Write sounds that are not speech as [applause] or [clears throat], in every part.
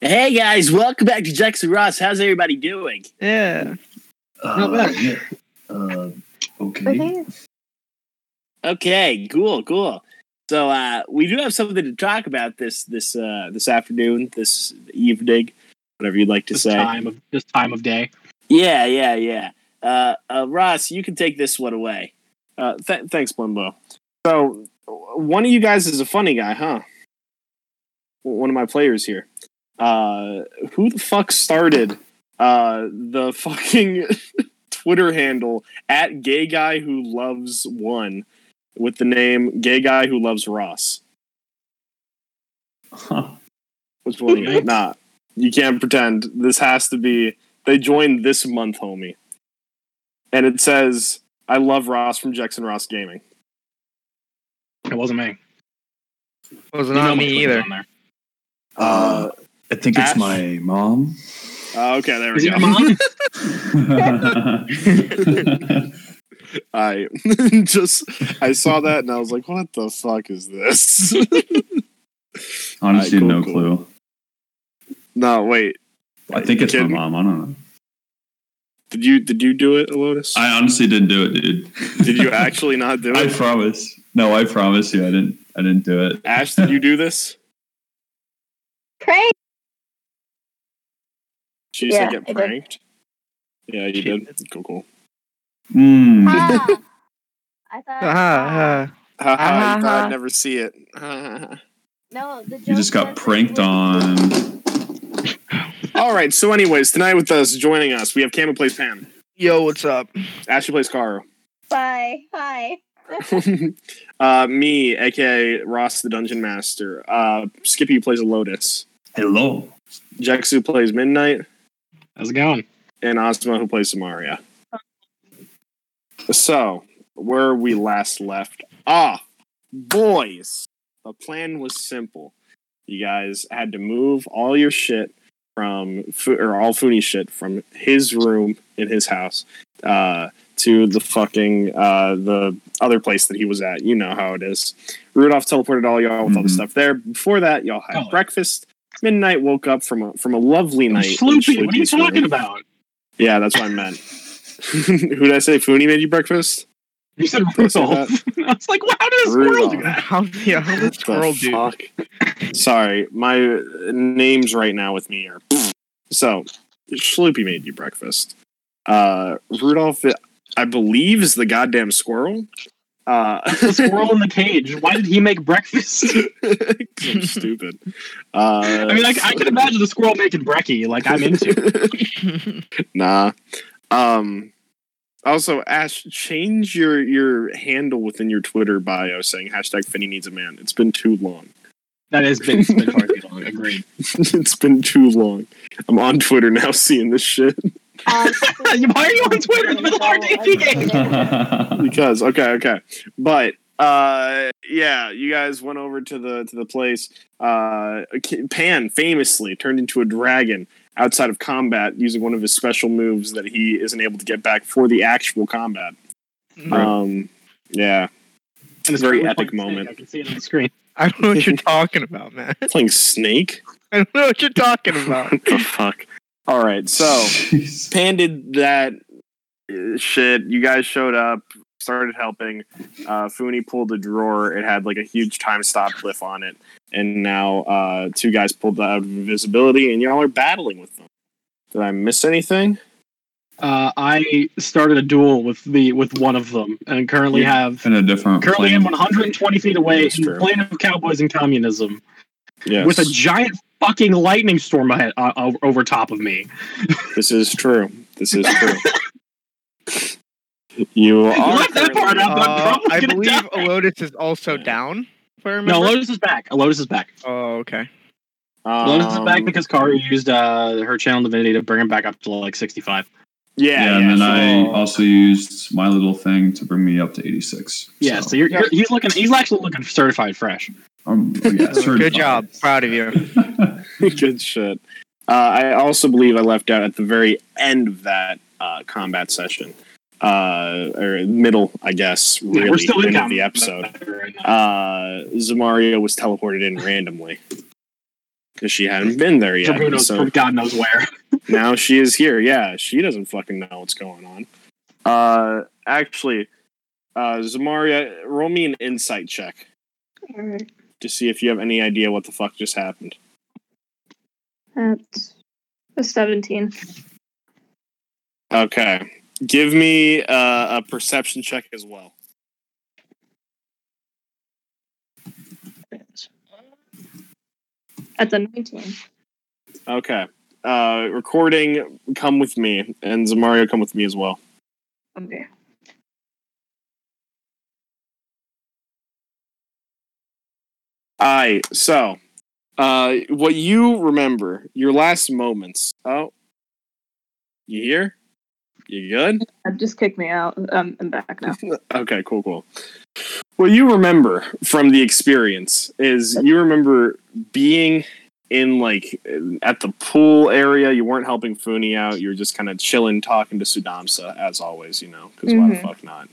Hey guys, welcome back to Jackson Ross. How's everybody doing? Yeah. Not Uh, bad. yeah. Uh, okay. Okay. Okay, cool, cool. So uh, we do have something to talk about this this uh, this afternoon, this evening, whatever you'd like to This say. time of this time of day. Yeah, yeah, yeah. Uh, uh, Ross, you can take this one away. Uh, th- thanks, Blimbo. So w- one of you guys is a funny guy, huh? W- One of my players here. Uh, who the fuck started uh, the [laughs] fucking Twitter handle at gay guy who loves one with the name gay guy who loves Ross? Huh. Which one? Of you? Nah, you can't pretend. This has to be. They joined this month, homie. And it says, "I love Ross from Jackson Ross Gaming." It wasn't me. Wasn't You know on what's me either. on there. Uh, I think Ash? it's my [laughs] mom. Uh, okay, there we Is it go. your [laughs] mom? I [laughs] just I saw that and I was like, "What the fuck is this?" [laughs] Honestly, Alright, cool, no cool. clue. no, wait. I think it's my Kidding? mom. I don't know. Did you did you do it, Elotus? I honestly didn't do it, dude. did you actually not do [laughs] I it? promise. No, I promise you, I didn't. I didn't do it. Ash, did you do this? Pray. She used Yeah, to I get did. pranked. Yeah, you did. Cool, cool. Mm. Ah. [laughs] I thought. uh, Ah, ah. Ha ha! You thought Uh-huh. Ah. I'd never see it. [laughs] Ha, ha, ha. No, the You just joke got was- pranked on. All right. So, anyways, tonight with us joining us, we have Cam who plays Pam. Yo, what's [laughs] up? Ashley plays Caro. Bye. [laughs] Hi. [laughs] uh, me, aka Ross the Dungeon Master. Uh, Skippy who plays a Lotus. [laughs] Hello. Jexu who plays Midnight, How's it going? and Ozma who plays Samaria. So, where we last left off, boys, the plan was simple. You guys had to move all your shit from Fu- or all Funi's shit from his room in his house uh, to the fucking uh, the other place that he was at. You know how it is. Rudolph teleported all y'all with all the Mhm. stuff there. Before that, y'all had Oh. breakfast. Midnight woke up from a, from a lovely I'm night. in Sloopy. What are you Sloopy's room. talking about? Yeah, that's what I meant. [laughs] Who did I say? Funi made you breakfast. [laughs] You said Don't say Rudolph. [laughs] I was like, well, how did a squirrel do Rudolph. that? How, yeah, how did What the [laughs] squirrel do? fuck? Sorry, my uh, names right now with me are. [sniffs] So, Sloopy made you breakfast. Uh, Rudolph, I believe, is the goddamn squirrel. Uh, [laughs] The squirrel in the cage. Why did he make breakfast? [laughs] 'cause I'm stupid. Uh, I mean, I, I can imagine the squirrel making brekkie. Like, I'm into it. [laughs] Nah. Um also Ash, change your your handle within your Twitter bio saying hashtag Finny needs a man. It's been too long. [laughs] That has been, it's been far too long. Agreed. it's been too long. I'm on Twitter now [laughs] seeing this shit. Uh-huh. Um, Why are you on Twitter in the middle of [laughs] our dating? because okay, okay. But uh yeah, you guys went over to the to the place. Uh Pan famously turned into a dragon outside of combat using one of his special moves that he isn't able to get back for the actual combat. Um yeah. And it's Very probably epic fucking sick. moment. I can see it on the screen. I don't know what you're talking about, man. [laughs] Playing Snake? I don't know what you're talking about. What the fuck? All right, so Jeez. Pan did that uh, shit. You guys showed up, started helping. Uh, Funi pulled a drawer. It had like a huge time stop glyph on it, and now uh, two guys pulled that out of invisibility, and y'all are battling with them. Did I miss anything? Uh, I started a duel with the with one of them, and currently have in a different currently am plane. 120 feet away That's in the true. plane of cowboys and communism Yes, with a giant fucking lightning storm ahead, uh, o- over top of me. this is true. This is [laughs] true. you are left that currently- part out. I'm Uh, probably I gonna believe die. Elotus is also down. If I No, remember. Lotus is back. Lotus is back. oh, okay. Um, Lotus is back because Kari used uh, her channel divinity to bring him back up to like 65. yeah, Yeah, yeah, and then so- I also used my little thing to bring me up to 86. Yeah, so, you're, you're, he's looking. He's actually looking certified fresh. Um, yeah, Good job. [laughs] Proud of you. [laughs] Good shit. Uh, I also believe I left out at the very end of that uh, combat session, uh, or middle, I guess. Really, We're still in end of combat the episode. right now. Uh, Zamaria was teleported in randomly. because she hadn't been there yet. Jabuno's so from God knows where. now she is here. Yeah, she doesn't fucking know what's going on. Uh, actually, uh, Zamaria, roll me an insight check Alright. to see if you have any idea what the fuck just happened. [laughs] That's a 17. Okay, give me uh, a perception check as well. That's a 19. Okay, uh, recording, come with me, and Zamaria, come with me as well. Okay. Aye. So, uh, what you remember, your last moments. Oh, you here? You good? [laughs] Uh, Just kick me out. Um, I'm back now. Okay, cool, cool. What you remember from the experience is you remember being in like at the pool area. You weren't helping Funi out. You were just kind of chilling, talking to Sudamsa as always. You know, because why the Mhm. fuck not?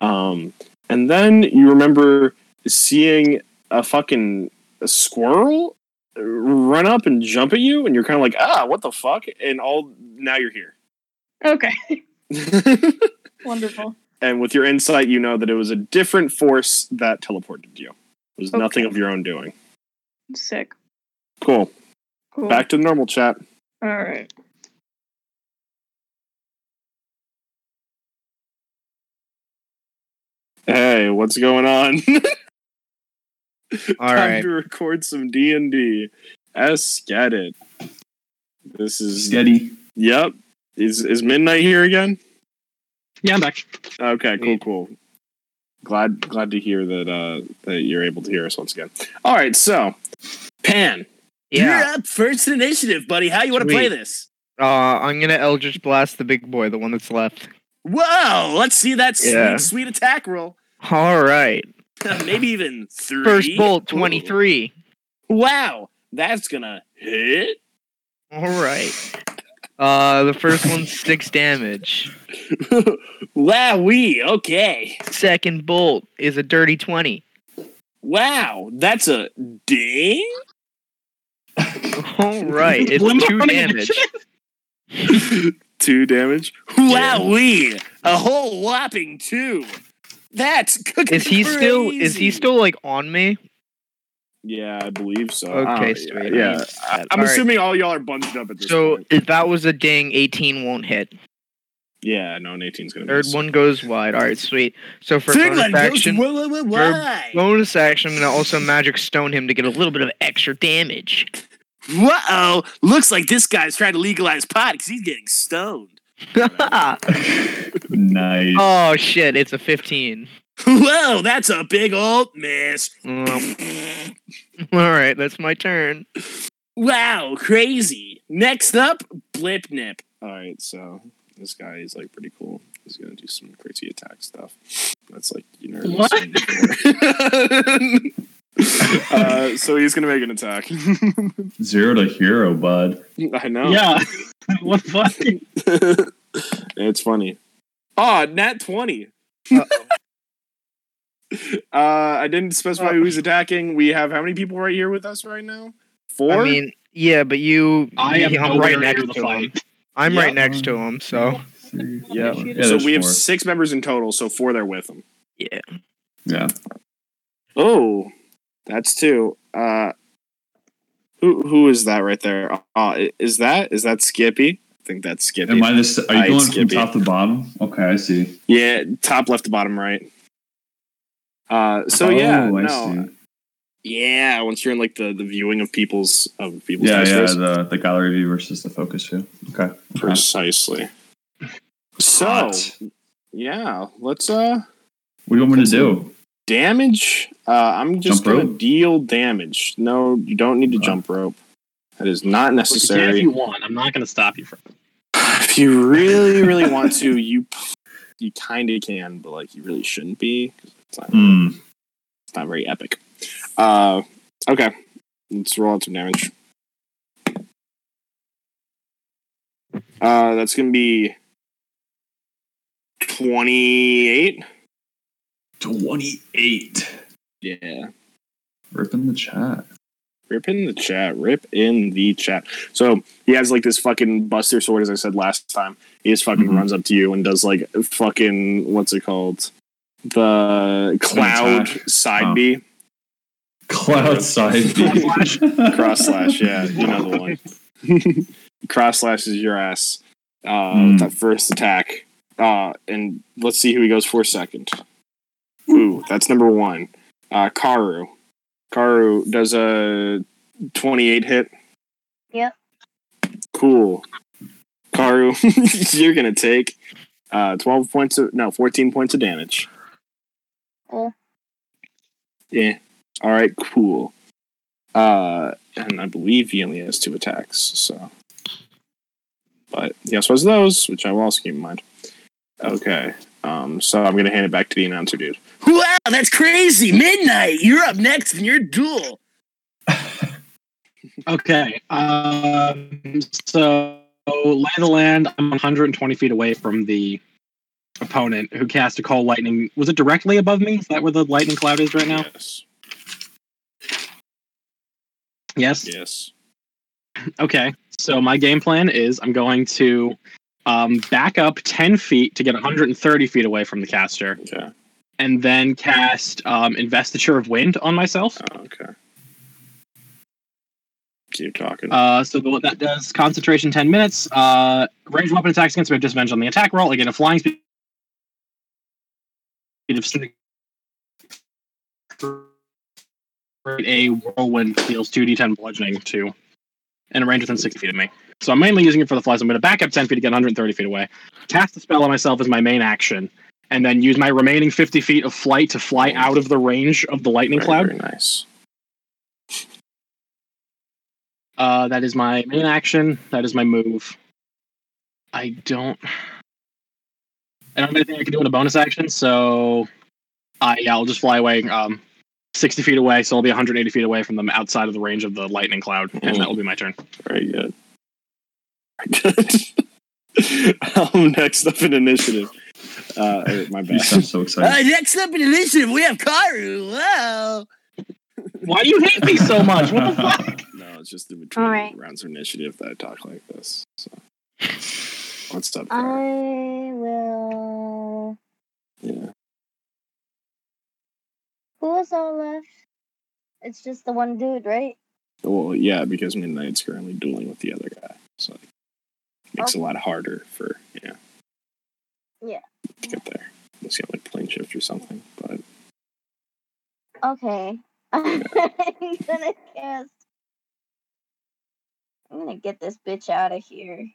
Um, and then you remember seeing a fucking squirrel run up and jump at you, and you're kind of like, ah, what the fuck? And all now you're Okay. here. [laughs] Wonderful. and with your insight, you know that it was a different force that teleported you. It was Okay. nothing of your own doing. Sick. Cool. Cool. Back to the normal chat. All right. Hey, what's going on? [laughs] All Time right. to record some D and D. S get it. This is Steady. yep. Is is midnight here again? Yeah, I'm back. Okay, cool, Indeed. cool. Glad glad to hear that uh that you're able to hear us once again. All right, so Pan, Yeah. you're up first initiative, buddy. How you want to play Sweet. this? Uh, I'm gonna Eldritch Blast the big boy, the one that's left. Whoa, let's see that Yeah. sweet, sweet attack roll. All right. Maybe even three. First bolt, Ooh. 23. Wow, that's gonna hit. All right. Uh, the first one six damage. wow, we okay. Second bolt is a dirty 20. Wow, that's a ding. All right. It's Limbo two on the [laughs] damage. Two damage. Wow, we a whole whopping two. That's cooking. Is he still? Is he crazy. still like on me? Yeah, I believe so. Okay, Oh, sweet. Yeah, I- I- I'm All right. assuming all y'all are bunged up at this So point. if that was a ding, 18 won't hit. Yeah, no, an 18's gonna. Third miss. one goes wide. All right, sweet. So for Third bonus one goes. action, Whoa, whoa, whoa, why? bonus action, I'm gonna also magic stone him to get a little bit of extra damage. Whoa! Looks like this guy's trying to legalize pot because he's getting [laughs] stoned. [laughs] Nice. oh shit! It's a 15. Whoa, that's a big old miss. Um, [laughs] all right, that's my turn. Wow, crazy. Next up, Blip Nip. Alright, so this guy is like pretty cool. He's gonna do some crazy attack stuff. That's like, you know, What? seen before. [laughs] uh, so he's gonna make an attack. [laughs] Zero to hero, bud. I know. Yeah. [laughs] what the fuck? [laughs] it's funny. Aw, nat 20. Uh-oh. [laughs] Uh, I didn't specify who's attacking. We have how many people right here with us right now? Four? I mean, yeah, but you, I am [laughs] I'm nowhere right near next the to him. fight. I'm Yeah. right next to him, so Three, Yeah. four. so there's we have four. six members in total, so four there with them. yeah. Yeah. Oh, that's two. Uh, who who is that right there? Uh, i- is that is that Skippy? I think that's Skippy. Am I this? Are you Alright, going from Skippy. top to bottom? Okay, I see. yeah, top left to bottom right. Uh, so yeah, Oh, I no, see. yeah. Once you're in like the, the viewing of people's of people's Yeah, yeah. faces. The, the gallery view versus the focus view. Okay. Uh-huh. okay. precisely. So Hot. yeah, let's uh what do you want me to do? damage. Uh, I'm just Jump gonna rope? deal damage. No, you don't need to Oh. jump rope. That is not Look, you can necessary. if you want, I'm not going to stop you from. [laughs] if you really really want to you [laughs] you kind of can but like you really shouldn't be 'cause it's not, Hmm. it's not very epic uh okay let's roll out some damage uh that's gonna be 28 Twenty-eight. yeah Rip in the chat. Rip in the chat. Rip in the chat. So he has like this fucking buster sword, as I said last time. He just fucking Mhm. runs up to you and does like fucking what's it called? The cloud attack. side Oh. B Cloud side B. Slash. [laughs] cross slash. Yeah, you know the one. cross slashes your ass. Uh, Hmm. with That first attack. Uh, and let's see who he goes for second. Ooh, that's number one. Uh, Karu. Karu does a 28 hit. Yep. Cool. Karu, [laughs] you're going to take uh, 12 points of, no, 14 points of damage. Cool. Yeah. All right, cool. Uh, and I believe he only has two attacks, so. But he also has those, which I will also keep in mind. Okay. Um, so I'm going to hand it back to the announcer, dude. Wow, that's crazy! Midnight, you're up next in your duel. Okay. Um, so lay of the land. I'm 120 feet away from the opponent who cast a call lightning. Was it directly above me? Is that where the lightning cloud is right now? Yes. Yes. Yes. Okay. So my game plan is I'm going to um, back up 10 feet to get 130 feet away from the caster, Okay. and then cast um, investiture of wind on myself. Oh, okay. Keep talking. Uh, so the, what that does concentration 10 minutes. Uh, range weapon attacks against me have disadvantage on the attack roll. I get a flying speed of sneak- a whirlwind deals 2d10 bludgeoning to and a range within 60 feet of me. So I'm mainly using it for the flies. I'm going to back up 10 feet to get 130 feet away. Cast the spell on myself as my main action, and then use my remaining 50 feet of flight to fly out of the range of the lightning very, cloud. Very nice. Uh, that is my main action. That is my move. I don't. I don't have anything I can do in a bonus action, so I yeah, I'll just fly away. Um, sixty feet away, so I'll be 180 feet away from them, outside of the range of the lightning cloud, and that will be my turn. Very good. Very good. [laughs] um, next up in initiative. Uh, er, my [laughs] You bad. sound so excited. Uh, next up in initiative, we have Karu. Wow. [laughs] Why do you hate me so much? What [laughs] [laughs] the fuck? [laughs] No, it's just in between All right. rounds of initiative that I talk like this. So. What's up? I Kara? will. Yeah. Who is all left? It's just the one dude, right? Well, yeah, because Midnight's currently dueling with the other guy, so it makes it a lot harder for yeah, Yeah. to get there. Let's get like plane shift or something. But Okay. [laughs] I'm gonna cast. I'm gonna get this bitch out of here.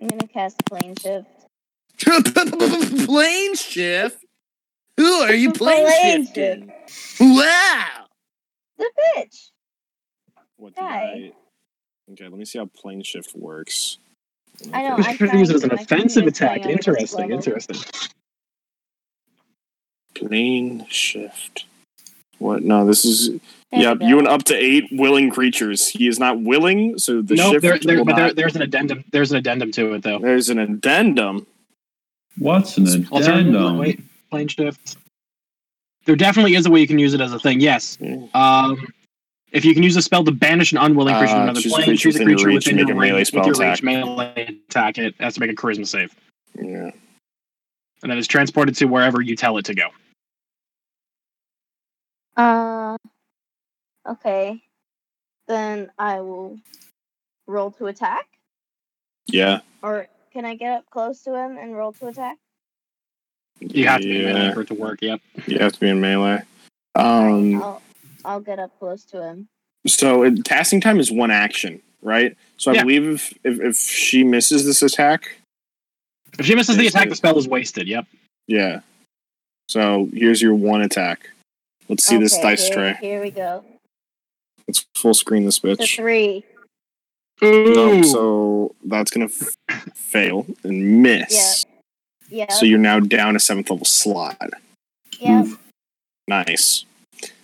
I'm gonna cast plane shift. plane shift? Who are you plane, Plane shifting? Wow! The bitch. what the Hi. guy? Okay, let me see how plane shift works. I know. Okay. [laughs] I'm trying use it as an to- my offensive computer's attack. going on the next Interesting, level. interesting. Plane shift. What? No, this is. There yep, we you go. and up to eight willing creatures. He is not willing, so the no, shift. there, there, will but there, not- there's an addendum. There's an addendum to it, though. there's an addendum. What's an Alternative- addendum? wait, plane shift. There definitely is a way you can use it as a thing. Yes. Mm. Um, if you can use a spell to banish an unwilling creature Uh, to another choose a plane, creature choose a within your creature reach, within make your a melee range, spell with your attack. reach melee attack. It has to make a charisma save, Yeah. and then it's transported to wherever you tell it to go. Uh, okay. Then I will roll to attack. Yeah. Or can I get up close to him and roll to attack? You have to be yeah. in melee for it to work. Yep. You have to be in melee. Um, I'll, I'll get up close to him. so it, casting time is one action, right? So I Yeah. believe if, if if she misses this attack, If she misses the Yes, attack, it- the spell is wasted. Yep. yeah. So here's your one attack. Let's see this Okay, dice here, tray. Here we go. Let's full screen this The bitch. three. No, so that's gonna f- fail and miss. Yeah. So you're now down a seventh level slot. yeah. Nice.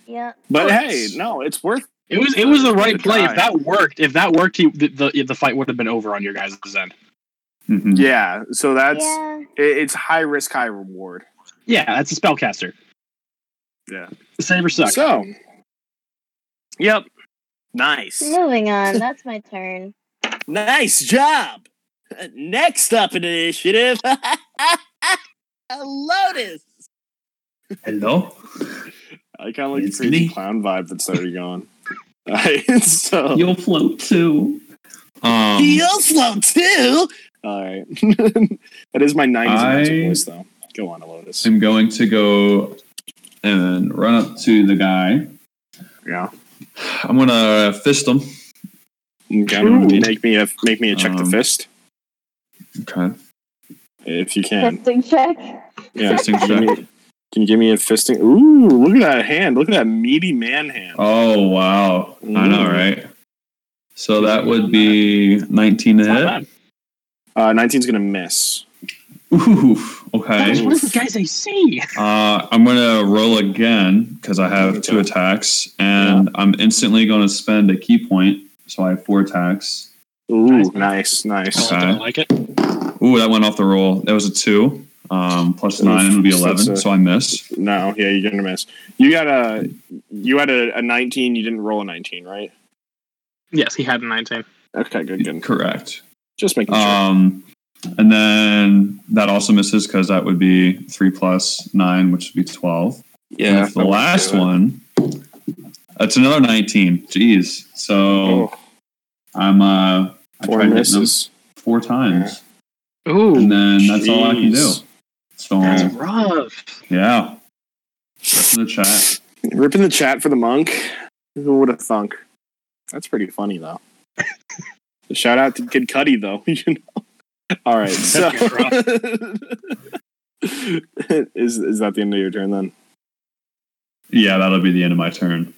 Yeah. But Nice. hey, no, it's worth It was it was the right Good play. try. If that worked, if that worked, you, the, the the fight would have been over on your guys' end. Mhm. yeah. So that's yeah. it, it's high risk, high reward. Yeah, that's a spellcaster. Yeah. Save or suck. So, yep. Nice. [laughs] Moving on. That's my turn. Nice job. Next up in initiative, [laughs] Lotus. Hello. I kind of like It's the creepy me. clown vibe that's already gone. [laughs] Alright, so You'll float too. Um, Feel slow too. All right, [laughs] that is my '90s announcer I- voice, though. Go on, Lotus. I'm going to go and run up to the guy. Yeah. I'm gonna fist him. Okay, Ooh. make me a make me a check the Um, fist Okay. if you can. Testing check. Yeah, Fisting Give check. me- can you give me a fisting? Ooh, look at that hand! Look at that meaty man hand. Oh wow. I know, Ooh. right? So that would be 19 to hit. Uh, 19's gonna miss. Ooh. That's Okay. one of the guys I see. Uh, I'm gonna roll again because I have two attacks, and I'm instantly gonna spend a key point, so I have four attacks. Ooh, nice, nice. Okay. I don't like it. Ooh, that went off the roll. That was a two. Um, plus Oof, nine would be so eleven, that's a- so I missed. No, yeah, you're gonna miss. You got a you had a, a 19. You didn't roll a 19, right? Yes, he had a 19. Okay, good, good. Correct. Just making sure. Um, and then that also misses because that would be three plus nine, which would be twelve. And if the that works last too. one, that's another nineteen. Jeez. So Oh, I'm uh, I four tried hitting them misses. four times, and Ooh, then that's all I can do. Jeez. So that's rough. yeah, that's the chat. Ripping the chat for the monk. Who would have thunk? That's pretty funny though. [laughs] Shout out to Kid Cuddy though. [laughs] You know. All [laughs] right. So [laughs] [laughs] That's is is that the end of your turn then? Yeah, that'll be the end of my turn.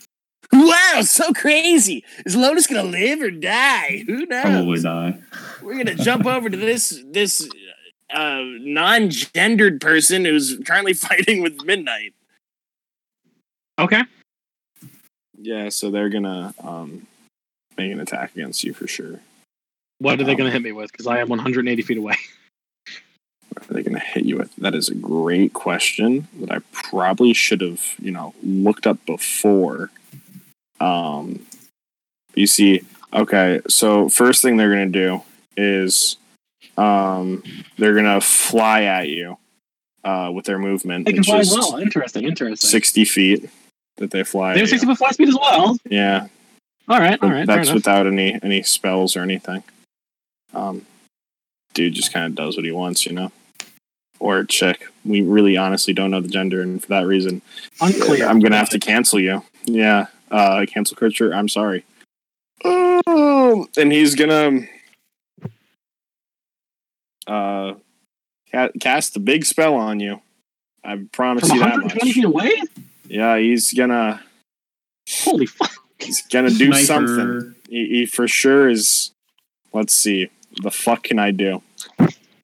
Wow, so crazy. Is Lotus gonna live or die? Who knows? Probably die. We're gonna jump over to this this uh, non-gendered person who's currently [laughs] fighting with Midnight. Okay. Yeah. So they're gonna um, make an attack against you for sure. What are they going to hit me with? Because I am 180 feet away. What are they gonna hit you with? That is a great question that I probably should have you know looked up before. Um, you see. Okay. So first thing they're gonna do is um, they're gonna fly at you uh, with their movement. They can which fly is well. Interesting, interesting. Sixty feet that they fly. They have at you. 60 foot fly speed as well. Yeah, All right, all right. fair that's enough. without any any spells or anything. Um, dude just kind of does what he wants, you know. Or chick. We really honestly don't know the gender, and for that reason, Unclear. I'm gonna have to cancel you. Yeah, uh, cancel creature. I'm sorry. Um, and he's gonna uh ca- cast the big spell on you. I promise From you that 120 much. feet away? Yeah, he's gonna Holy fuck. he's gonna do Sniper. something. he, he for sure is. Let's see. The fuck can I do?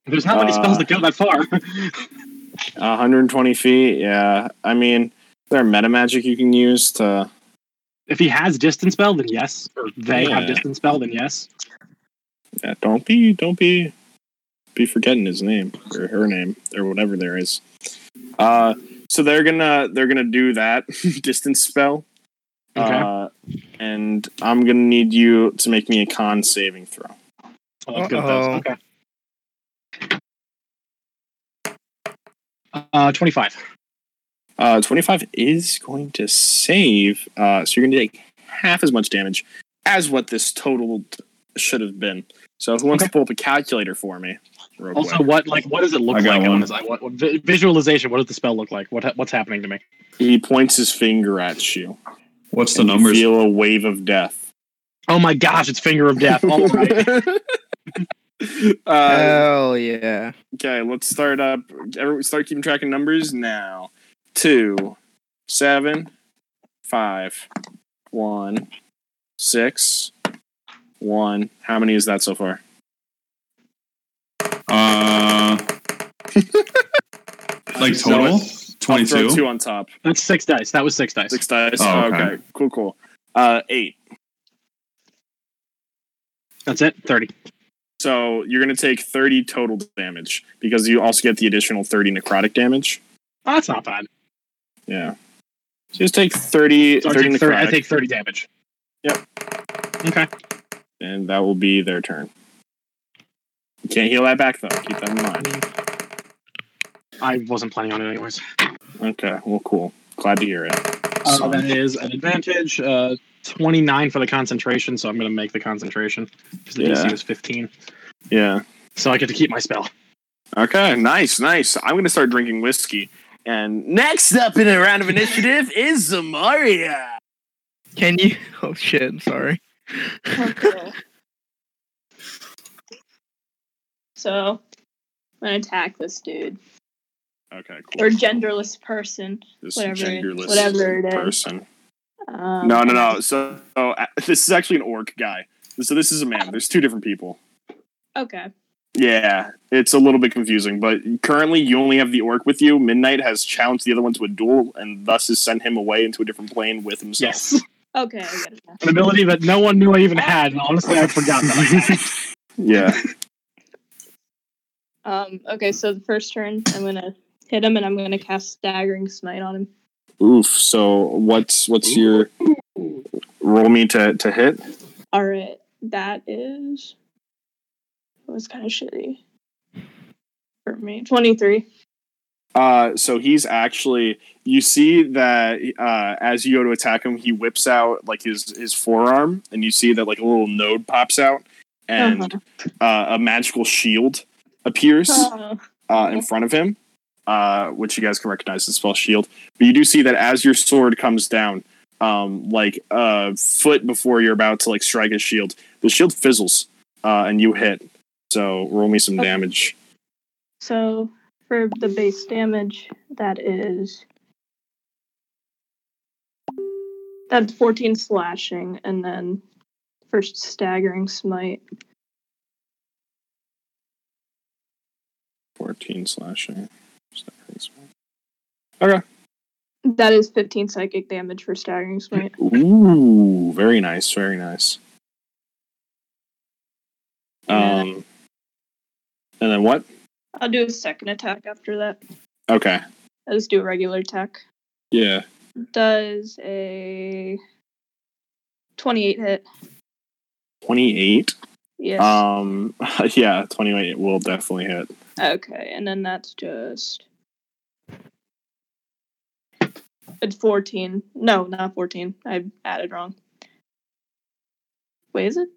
There's not many spells Uh, that go that far. 120 feet. Yeah. I mean, there are meta magic you can use to. [laughs] if he has distance spell, then yes. Or they have Yeah. distance spell, then yes. Yeah, don't be. Don't be. Be forgetting his name or her name or whatever there is. Uh, so they're gonna they're gonna do that [laughs] distance spell. Okay. Uh, and I'm gonna need you to make me a con saving throw. Oh, that's good. Those. Uh-oh. Okay. Uh, 25. Uh, 25 is going to save. Uh, so you're going to take half as much damage as what this total t- should have been. So who wants to pull up a calculator for me? Real Also, quick? what like what does it look I got like on one. his eye? What, what vi- visualization? What does the spell look like? What ha- what's happening to me? he points his finger at you. What's the and you numbers? Feel a wave of death. [laughs] Oh my gosh, it's finger of death. All right. Uh, Hell yeah. okay, let's start up. Everyone start keeping track of numbers now. Two, seven, five, one, six, one. How many is that so far? [laughs] Uh, like So total I'll throw twenty-two. two on top. That's six dice. That was six dice. Six dice. Oh, Oh, okay. okay. Cool, cool. Uh, eight. That's it. Thirty. So you're going to take 30 total damage because you also get the additional 30 necrotic damage. Oh, that's not bad. Yeah. So just take 30, So I, 30 take necrotic. 30, I take thirty damage. Okay. and that will be their turn. You can't heal that back though. Keep that in mind. I wasn't planning on it anyways. Okay, well, cool. Glad to hear it. Uh, So- that is an advantage. Uh, 29 for the concentration, so I'm going to make the concentration because the Yeah. DC was 15. yeah. So I get to keep my spell. Okay. Nice. Nice. I'm gonna start drinking whiskey. And next up in a round of initiative is Zamaria. Can you? [laughs] Oh shit! I'm sorry. Okay. so, I'm gonna attack this dude Okay. or genderless person. This whatever it- genderless whatever it is. person. Um, No, no, no. So, so uh, [laughs] this is actually an orc guy. So this is a man. There's two different people. Okay. Yeah, it's a little bit confusing, but currently you only have the orc with you. Midnight has challenged the other one to a duel and thus has sent him away into a different plane with himself. [laughs] Yes. [laughs] Okay. I get it now. An ability that no one knew I even had, and honestly, I forgot that I had. Yeah. Um, okay, so the first turn, I'm gonna hit him, and I'm gonna cast Staggering Smite on him. Oof. So what's what's your roll me to, to hit? All right, that is. It was kind of shitty for me. Twenty-three. Uh, so he's actually you see that uh, as you go to attack him, he whips out like his his forearm, and you see that like a little node pops out, Uh-huh. and uh, a magical shield appears. Uh, uh, in front of him, uh, which you guys can recognize as spell shield. But you do see that as your sword comes down, um, like a foot before you're about to like strike his shield, the shield fizzles uh, and you hit. So roll me some Okay. damage. so for the base damage, that is. That's 14 slashing, and then first staggering smite. Fourteen slashing. That is 15 psychic damage for staggering smite. Ooh, very nice, very nice. Um, and then what? I'll do a second attack after that. Okay, I'll just do a regular attack. yeah, Does a 28 hit. twenty-eight. Yes. Um, [laughs] yeah, twenty-eight will definitely hit. okay, and then that's just. It's 14. No, not 14. I added wrong. Wait, is it?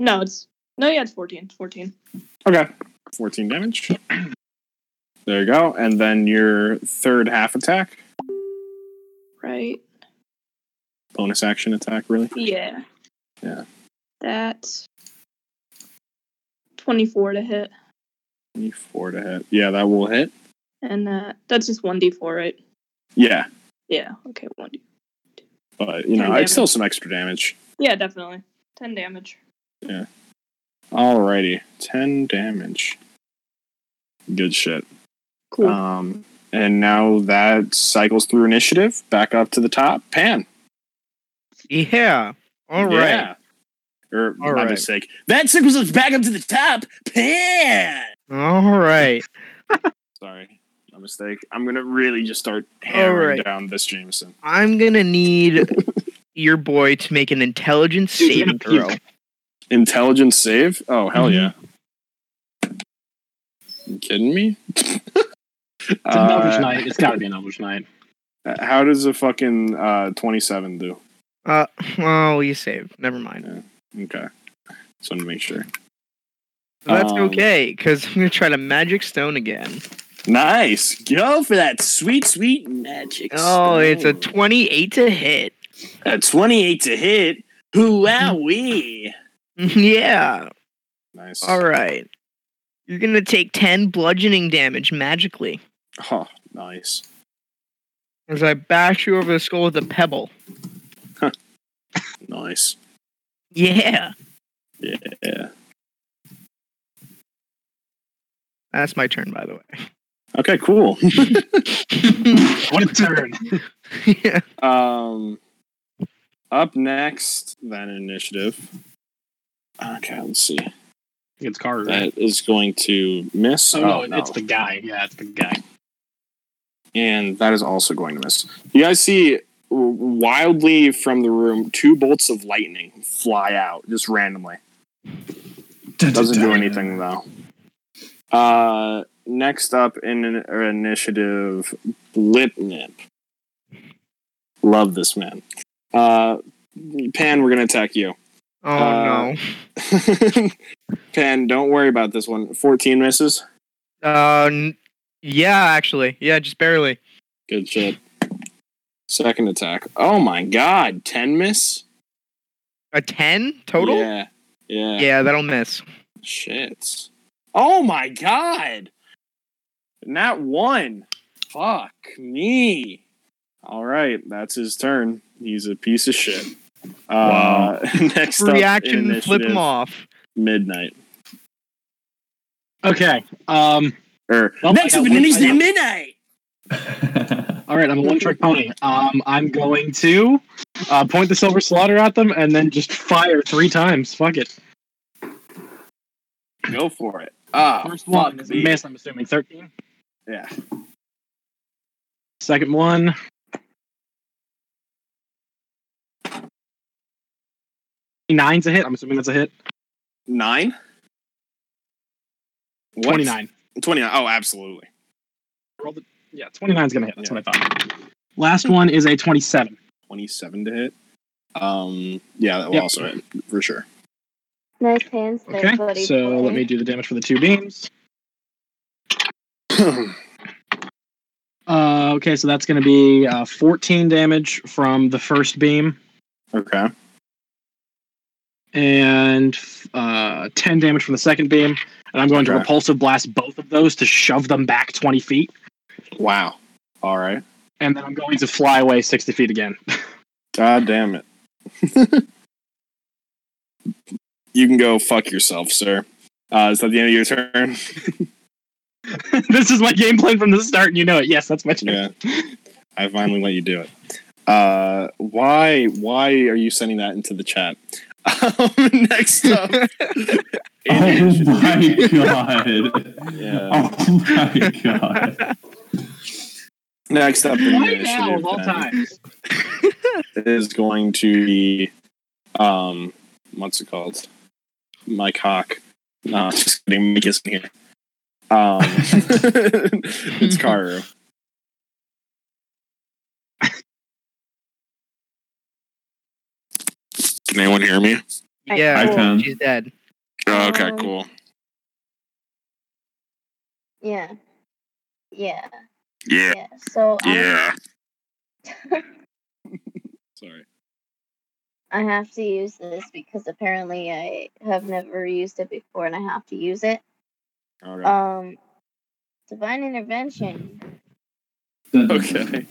No, it's. No, yeah, it's 14. It's 14. [laughs] Okay. 14 damage. [clears throat] There you go. And then your third half attack, Right? bonus action attack, really. Yeah. Yeah. That's. 24 to hit. 24 to hit. Yeah, that will hit. And uh, that's just 1d4, right? Yeah, Yeah, okay, 1d4. but, you know, Ten it's still some extra damage. Yeah, definitely. 10 damage. Alrighty. 10 damage. Good shit. Cool. Um, and now that cycles through initiative. Back up to the top. Pan. Yeah. All right. Yeah. Or, my All right. mistake. That circles us back up to the top. Pan! All right. Sorry. My mistake. I'm going to really just start hammering Alright. down this Jameson. I'm gonna need [laughs] your boy to make an intelligence Dude, you saving gotta throw. Intelligence save? Oh hell yeah! Mm-hmm. You kidding [laughs] me? It's a Eldritch Uh, Knight. It's got to be an Eldritch Knight. how does a fucking uh, twenty-seven do? Uh, well, you saved. Never mind. Okay, just wanted to make sure. That's Um, okay, because I'm gonna try to magic stone again. Nice, go for that sweet, sweet magic. Oh, it's a stone. 28 to hit. [laughs] a twenty-eight to hit. Wowee! yeah. Nice. Mm-hmm. All right. You're gonna take 10 bludgeoning damage magically Oh, nice. as I bash you over the skull with a pebble. Nice. Yeah. Yeah. That's my turn, by the Okay. Cool. way. What a turn. [laughs] yeah. Um, up next, then initiative. Okay, let's see. It's Carter. Right? That is going to miss. Oh, no, it's the guy. Yeah, it's the guy. and that is also going to miss. You guys see wildly from the room, two bolts of lightning fly out just randomly. Doesn't do [laughs] anything though. Uh, next up in an or initiative, Blipnip. Love this man. Uh, Pan, we're gonna attack you. [laughs] Oh Uh, [laughs] Pan, don't worry about this one. Fourteen misses. no. Uh, n- yeah, actually, yeah, just barely. Good shit. Second attack. Oh my god, ten miss A ten total. Yeah, yeah. Yeah, that'll miss. Shits. Oh my god. Not one. Fuck me. All right, that's his turn. He's a piece of shit. Uh, Wow. [laughs] Next up, Reaction, flip initiative, [laughs] him off. Midnight. Okay. Um. Or Well, Next I up got in one- News I got- at Midnight. All right, I'm a one trick pony. Um, I'm going to uh, point the silver slaughter at them and then just fire three times. Fuck it. go for it. Ah, First one fuck is a me. miss, I'm assuming. 13. Yeah. Second one. Nine's a hit. I'm assuming that's a hit. Nine? What? 29. 29. Oh, absolutely. Roll the, yeah, 29's going to hit. That's what I thought. Last one is a 27. 27 to hit. Um, yeah, that will Yep. also hit for sure. [laughs] [clears throat] Nice hands there, Okay, buddy. so boy. let me do the damage for the two beams. Uh, okay, so that's going to be uh, 14 damage from the first beam okay. and uh, 10 damage from the second beam. And I'm going to Okay. repulsive blast both of those to shove them back 20 feet. Wow. All right. And then I'm going to fly away 60 feet again. [laughs] God damn it. [laughs] you can go fuck yourself, sir. Uh, is that the end of your turn? [laughs] this is my game plan from the start, and you know it. Yes, that's my turn. yeah. I finally let you do it. Uh, why why are you sending that into the chat? [laughs] Um, Next [laughs] up. Oh my god. [laughs] Yeah. Oh my god. Next up in Why initiative now of all then times? is going to be um what's it called? My cock. Nah, just kidding, Mike isn't here. Um it's Karu. Can anyone hear me? I- Yeah, I can. she's dead. Oh, okay, Um, cool. Yeah. Yeah. Yeah. Yeah. So Yeah. I, Sorry. I have to use this because apparently I have never used it before and I have to use it. Okay. Um, divine intervention. [laughs] okay.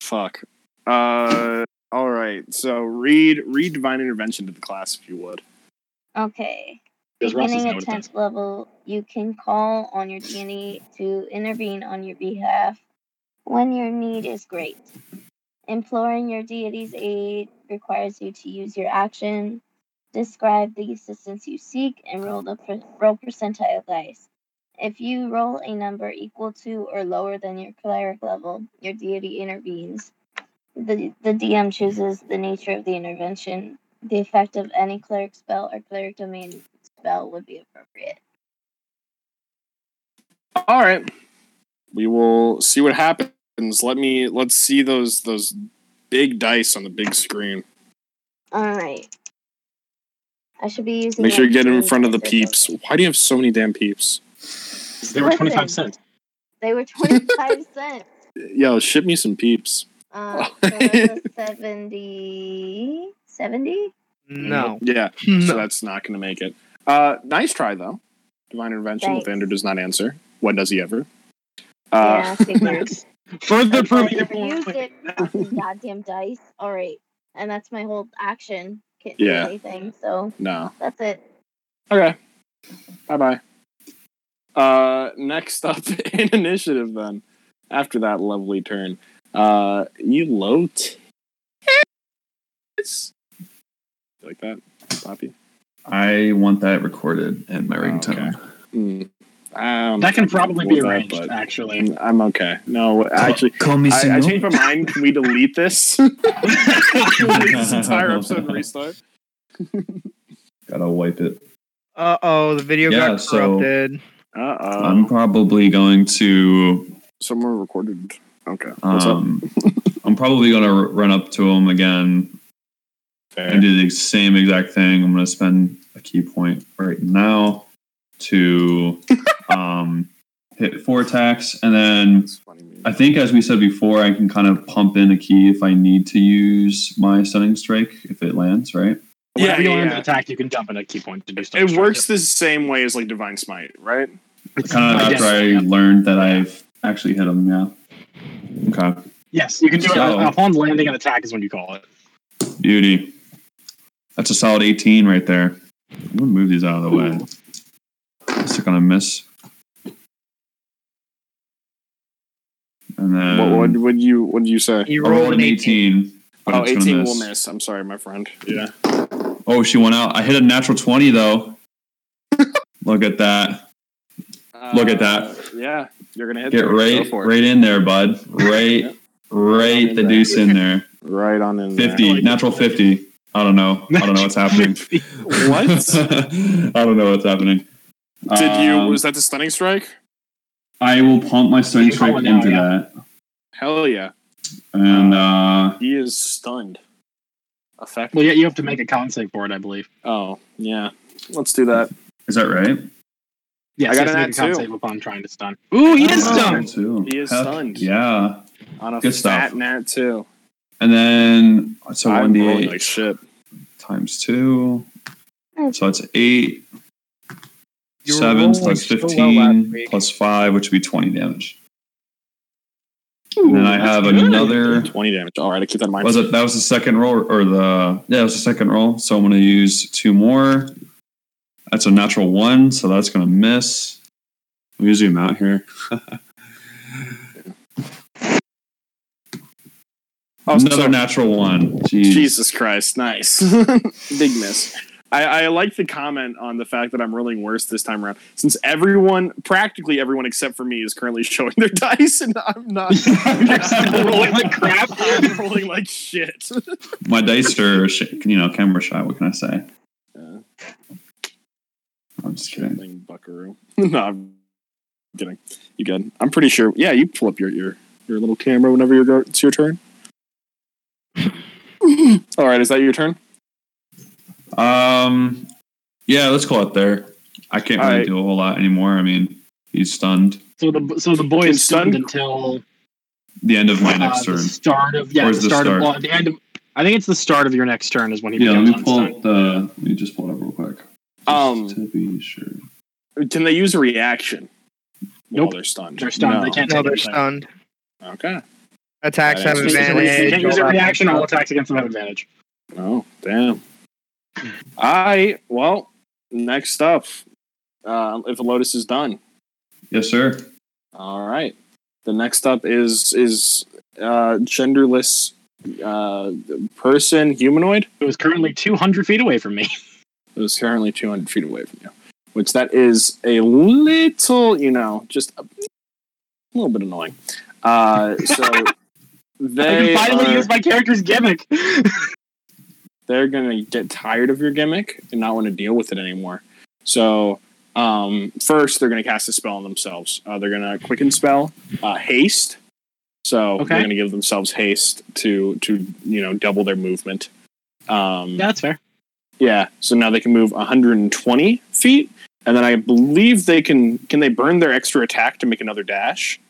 Fuck. Uh all right. So read read divine intervention to the class if you would. Okay. Because Ross doesn't Beginning know at what it tenth level, you can call on your deity to intervene on your behalf when your need is great. Imploring your deity's aid requires you to use your action, describe the assistance you seek, and roll the per- roll percentile dice. If you roll a number equal to or lower than your cleric level, your deity intervenes. The, the DM chooses the nature of the intervention. The effect of any cleric spell or cleric domain spell would be appropriate. All right. We will see what happens. Let me let's see those those big dice on the big screen. All right. I should be using. Make sure my you get in phone front of the because peeps. Why do you have so many damn peeps? is. They were 25 Listen. cents. They [laughs] were twenty-five cents. Yo, ship me some peeps. Um, so that's a 70, 70? No. Yeah, so No. that's not going to make it. Uh, nice try though. Divine intervention. Thanks. Evander does not answer. When does he ever? Uh, yeah, [laughs] I figured. Further I've never proving everyone. used it. [laughs] These Goddamn dice. All right, and that's my whole action. Can't Yeah. do anything. So no. that's it. Okay. Bye bye. Uh, next up [laughs] in initiative then. After that lovely turn, uh, you low t- You like that, Poppy? I want that recorded in my Oh, ringtone. Mm. I don't That know can if I'm probably comfortable be with that, arranged, actually. but I'm okay. No, actually, call me I, I changed my mind. Can we delete [laughs] this? Can we delete this entire episode and restart? Gotta wipe it. Uh oh, the video Yeah, got so- corrupted. Uh I'm oh. probably going to. Someone recorded. Okay. What's up? Um, I'm probably gonna r- run up to him again and Fair. do the same exact thing. I'm gonna spend a key point right now [laughs] to um, hit four attacks, and then That's funny, man. I think, as we said before, I can kind of pump in a key if I need to use my stunning strike if it lands, right? Whenever you yeah, land yeah. an attack, you can jump in a key point to do stuff. It works the same way as like divine smite, right? It's Kind of yes, after I yeah. learned that I've actually hit him. Yeah. Okay. Yes, you can do So- it. Upon landing an attack is when you call it. Beauty. That's a solid 18 right there. I'm gonna move these out of the way. Is it gonna miss? And then what would would you what did you say? You I rolled rolled an 18. but oh, it's gonna 18 will miss. I'm sorry, my friend. Yeah. Oh, she went out. I hit a natural 20 though. [laughs] Look at that. Look at that. Uh, Yeah, you're gonna hit. Get there. right Go for it. right in [laughs] there, bud. Right right the there. deuce in there. right on in. there. 50, natural 50. I don't know. I don't know what's [laughs] happening. [laughs] What [laughs] I don't know what's happening. did you? Um, Was that the stunning strike? I will pump my stun You can strike pump it into now, that, Hell yeah, and uh, he is stunned. Effect. Well, yeah, you have to make a con save for it, I believe. Oh yeah, let's do that. is that right? Yes, I got you an have to make a at con too. save upon trying to stun. Uh, Ooh, he Oh, is wow. stunned. Too. He is Heck, stunned. Yeah, On a Good stuff. fat nat too. and then so one I'm d rolling like eight shit. times two, Mm. so it's eight, You were seven rolling plus so well last fifteen week. plus five, which would be twenty damage. and then I have another. Twenty damage. All right, I keep that in mind. Was it that was the second roll or the yeah? That was the second roll. So I'm going to use two more. That's a natural one, so that's going to miss. Let me zoom out here. Oh, Another so- natural one. Jeez. Jesus Christ, nice. Big miss. I, I like the comment on the fact that I'm rolling worse this time around, since everyone, practically everyone except for me, is currently [laughs] showing their dice, and I'm not. I'm rolling like crap. I'm rolling like shit. My dice are, sh- you know, camera shy. What can I say? Yeah. I'm just kidding. Thing, Buckaroo. [laughs] no, I'm kidding. You good? I'm pretty sure. Yeah, you pull up your your, your little camera whenever you're go- it's your turn. All right, is that your turn? Um, yeah, let's call it there. I can't really Alright. do a whole lot anymore. I mean, he's stunned. So the so the boy Can is stunned stun- until The end of my uh, next the turn. start of yeah Or the is start, the of start? well, the end of, I think it's the start of your next turn is when he Yeah, let becomes me unstunned. pull up the. Let me just pull it up real quick. Just Um, to be sure. Can they use a reaction? Nope. While they're stunned. They're stunned. No. They can't No, take they're anything. stunned. Okay. Attacks That have So is- you can't use- you advantage. can't use a reaction. All attacks against them have advantage. Oh, damn. I well, next up, uh, if Lotus is done, Yes, sir. all right. The next up is is uh, genderless uh, person humanoid It was currently 200 feet away from me. [laughs] who's currently 200 feet away from you, which that is a little, you know, just a little bit annoying. Uh, so [laughs] I they can finally are- use my character's [laughs] gimmick. they're gonna get tired of your gimmick and not want to deal with it anymore. So um, first, they're gonna cast a spell on themselves. Uh, they're gonna quicken spell, uh, haste. So they're Okay. gonna give themselves haste to to you know double their movement. Um, yeah, that's fair. yeah. So now they can move 120 feet, and then I believe they can can they burn their extra attack to make another dash.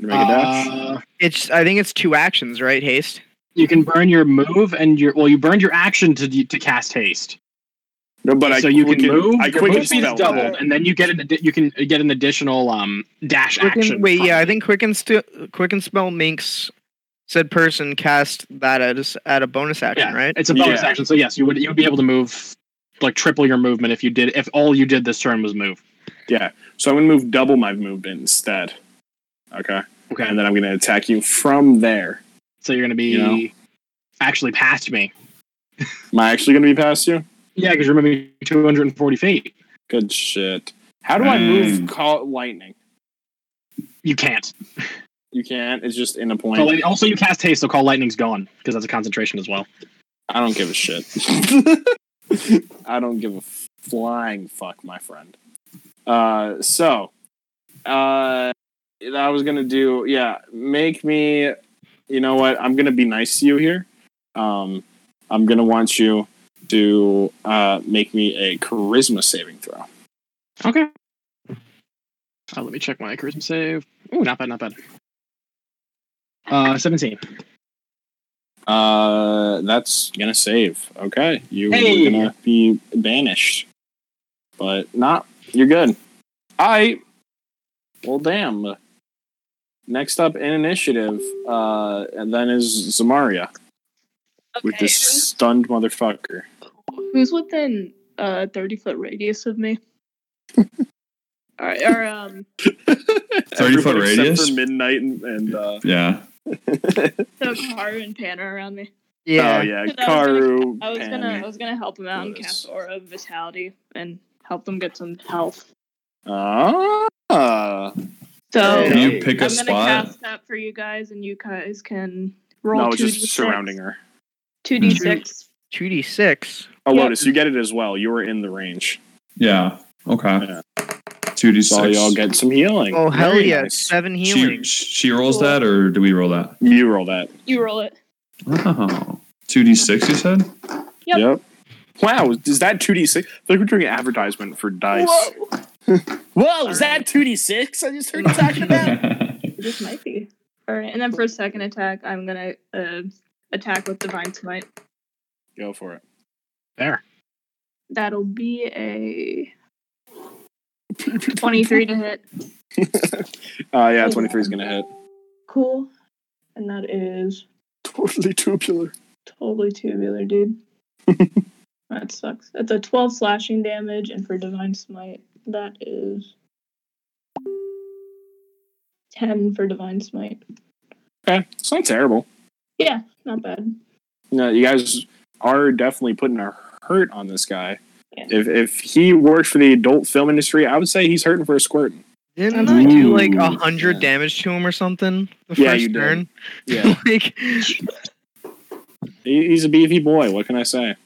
To make a dash. Uh, It's. I think it's two actions, right? Haste. you can burn your move and your well, you burned your action to to cast haste. No, but I so you can quicken- move. I your quicken move speed is spell doubled, that. and then you get an addi- you can get an additional um dash action. Quicken, wait, from yeah, it. I think quicken stu- quicken spell makes said person cast that as at a bonus action, yeah, right? It's a bonus Yeah. Oh, action, so yes, you would you would be able to move like triple your movement if you did if all you did this turn was move. So I'm gonna move double my movement instead. Okay. Okay, and then I'm going to attack you from there. so you're gonna be You know. actually past me. Am I actually going to be past you? Yeah, because you're moving 240 feet. Good shit. How do I Dang. move call lightning? You can't. You can't. It's just in a point. Call light- also, you cast haste, so call lightning's gone because that's a concentration as well. I don't give a shit. I don't give a flying fuck, my friend. Uh, so, uh, I was gonna do, yeah, make me, you know what? I'm gonna be nice to you here. Um, I'm gonna want you to, uh, make me a charisma saving throw. Okay. Uh, let me check my charisma save. Ooh, not bad, not bad. Uh, seventeen. Uh, that's gonna save. Okay, you Hey! are gonna be banished, but not. You're good. All right. Well, damn. Next up in initiative, uh, and then is Zamaria with this stunned motherfucker. Who's within a thirty foot radius [laughs] of me? All right, or um, 30 foot Everyone except radius? for midnight and, and uh, Yeah. so Karu and Pan are around me. Yeah. oh yeah, Because I was Karu. I was gonna, Pan. I was gonna help them out and Yes. cast Aura of Vitality and help them get some health. Ah. So Hey. Can you pick a I'm gonna spot? cast that for you guys, and you guys can roll no, it's two just surrounding her. two d six. 2d6. Oh, Yeah. Lotus, you get it as well. You were in the range. Yeah. Okay. Yeah. 2d6. So y'all get some healing. Oh, hell Very yeah. nice. Seven she, healing. she rolls Cool. that, or do we roll that? You roll that. You roll it. Oh. 2d6, you said? Yep. Wow, is that 2d6? I feel like we're doing an advertisement for dice. Whoa, is that 2d6 I just heard you talking about? [laughs] This might be. All right, and then for a second attack, I'm gonna uh, attack with divine smite. [laughs] Go for it. There. That'll be a twenty-three to hit. Uh, yeah, 23 is going to hit. Cool, and that is Totally tubular. totally tubular, dude. that sucks. That's a twelve slashing damage, and for divine smite, that is ten for divine smite. Okay, it's not terrible. Yeah, not bad. No, you guys are definitely putting a hurt on this guy. Yeah. If, if he worked for the adult film industry, I would say he's hurting for a squirt. Didn't I do like Ooh, a hundred yeah. damage to him or something? The Yeah, first you did. turn. Yeah. [laughs] like, He- he's a beefy boy. What can I say?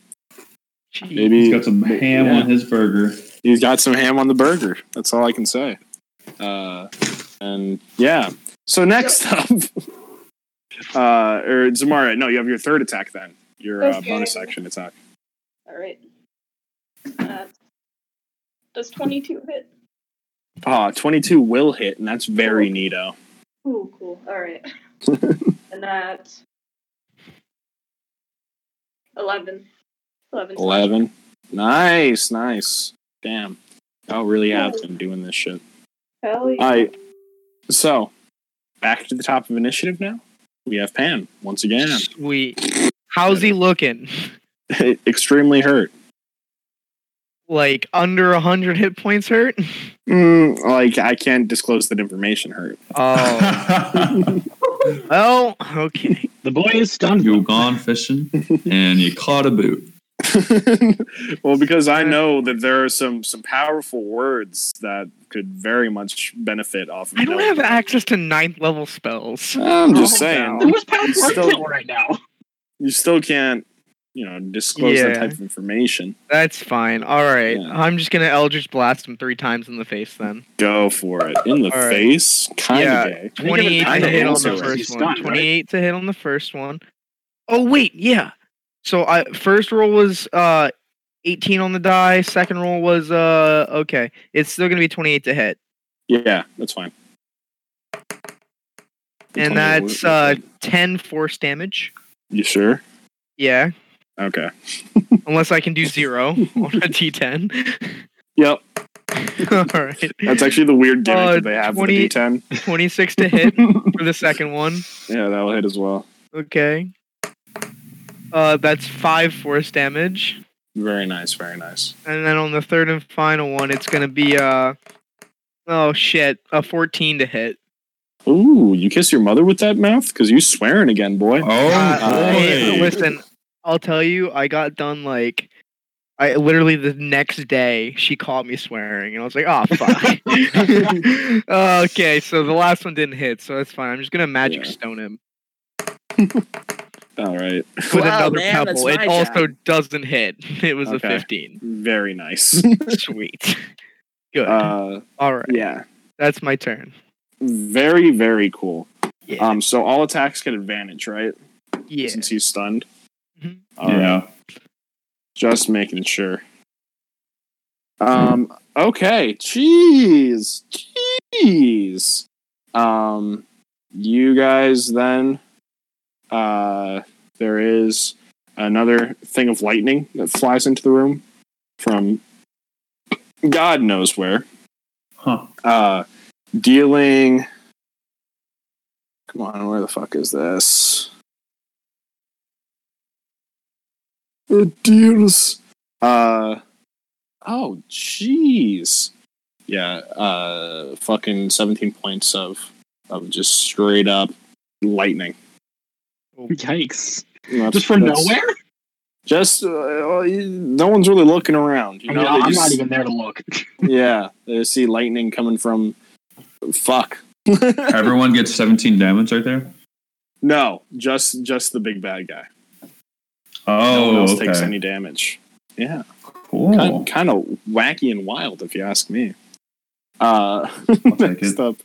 [laughs] gee. Maybe some ham Yeah. his burger. he's got some ham on the burger. That's all I can say. Uh, and yeah. So next up, [laughs] uh, or Zamara, no, you have your third attack then. Your uh, Okay. bonus action attack. All right. Uh, does twenty-two hit? Ah, 22 will hit, and that's very neato. Cool, cool. All right. and that's 11. 11. 11. Nice, nice. Damn. Y'all really have been doing this shit. Hell yeah. All right. So, back to the top of initiative now. We have Pan once again. [laughs] Sweet. How's he looking? Extremely hurt. Like under a hundred hit points hurt? Mm, like, I can't disclose that information hurt. Oh, [laughs] well, okay. The boy is stunned. you gone fishing and you caught a boot. [laughs] well, because I know that there are some some powerful words that could very much benefit off. Of I don't knowing have that. access to ninth level spells. I'm just saying, no. Who's power He's still- still... right now? you still can't, you know, disclose that Yeah. type of information. That's fine. All right. Yeah. I'm just going to Eldritch Blast him three times in the face then. Go for it in the All right. face, kind Yeah. of gay. 28 I to don't hit on also the is first he's one. stunned, right? 28 to hit on the first one. Oh, wait. Yeah. So I first roll was uh 18 on the die. Second roll was uh okay. It's still going to be 28 to hit. Yeah, that's fine. And that's uh 10 force damage. you sure? Yeah. Okay. Unless I can do 0 on a d10. Yep, [laughs] All right. that's [laughs] actually the weird gimmick Uh, that they have 20 with the D10. 26 to hit for the second one. Yeah, that'll hit as well. Okay. Uh, that's five force damage, Very nice, very nice. and then on the third and final one, it's gonna be uh, oh shit, a fourteen to hit. Ooh, you kiss your mother with that mouth? Because you swearing [laughs] again, boy. Oh, Uh, I- boy. listen, I'll tell you, I got done like I literally the next day she called me swearing, and I was like, "Oh [laughs] fuck." okay, so the last one didn't hit, so that's fine. I'm just gonna magic Yeah. stone [laughs] him Oh. All right. with Wow, another man, that's pebble. my It also doesn't hit. [laughs] It was Okay. [laughs] a 15. Very [laughs] nice. Sweet. Good. Uh, All right, yeah. that's my turn. Very, very cool. Yeah. Um, so all attacks get advantage, right? yeah. Since he's stunned. Mhm. All right. yeah. Just making sure. Um. Okay. Jeez. Jeez. Um. You guys then. Uh. There is another thing of lightning that flies into the room from God knows where. Huh. Uh. Dealing. Come on. Where the fuck is this? It deals. Uh, oh, jeez. Yeah, uh, fucking 17 points of, of just straight up lightning. Yikes! That's- Just from that's- nowhere? Just, uh, well, you- no one's really looking around. You I know, mean, They I'm just- not even there to look. [laughs] Yeah, they see lightning coming from. Fuck. [laughs] Everyone gets 17 damage right there. no, just just the big bad guy. no one Oh, else okay. takes any damage. Yeah. cool. kind, kind of wacky and wild, if you ask me. Uh, [laughs] take next it. up,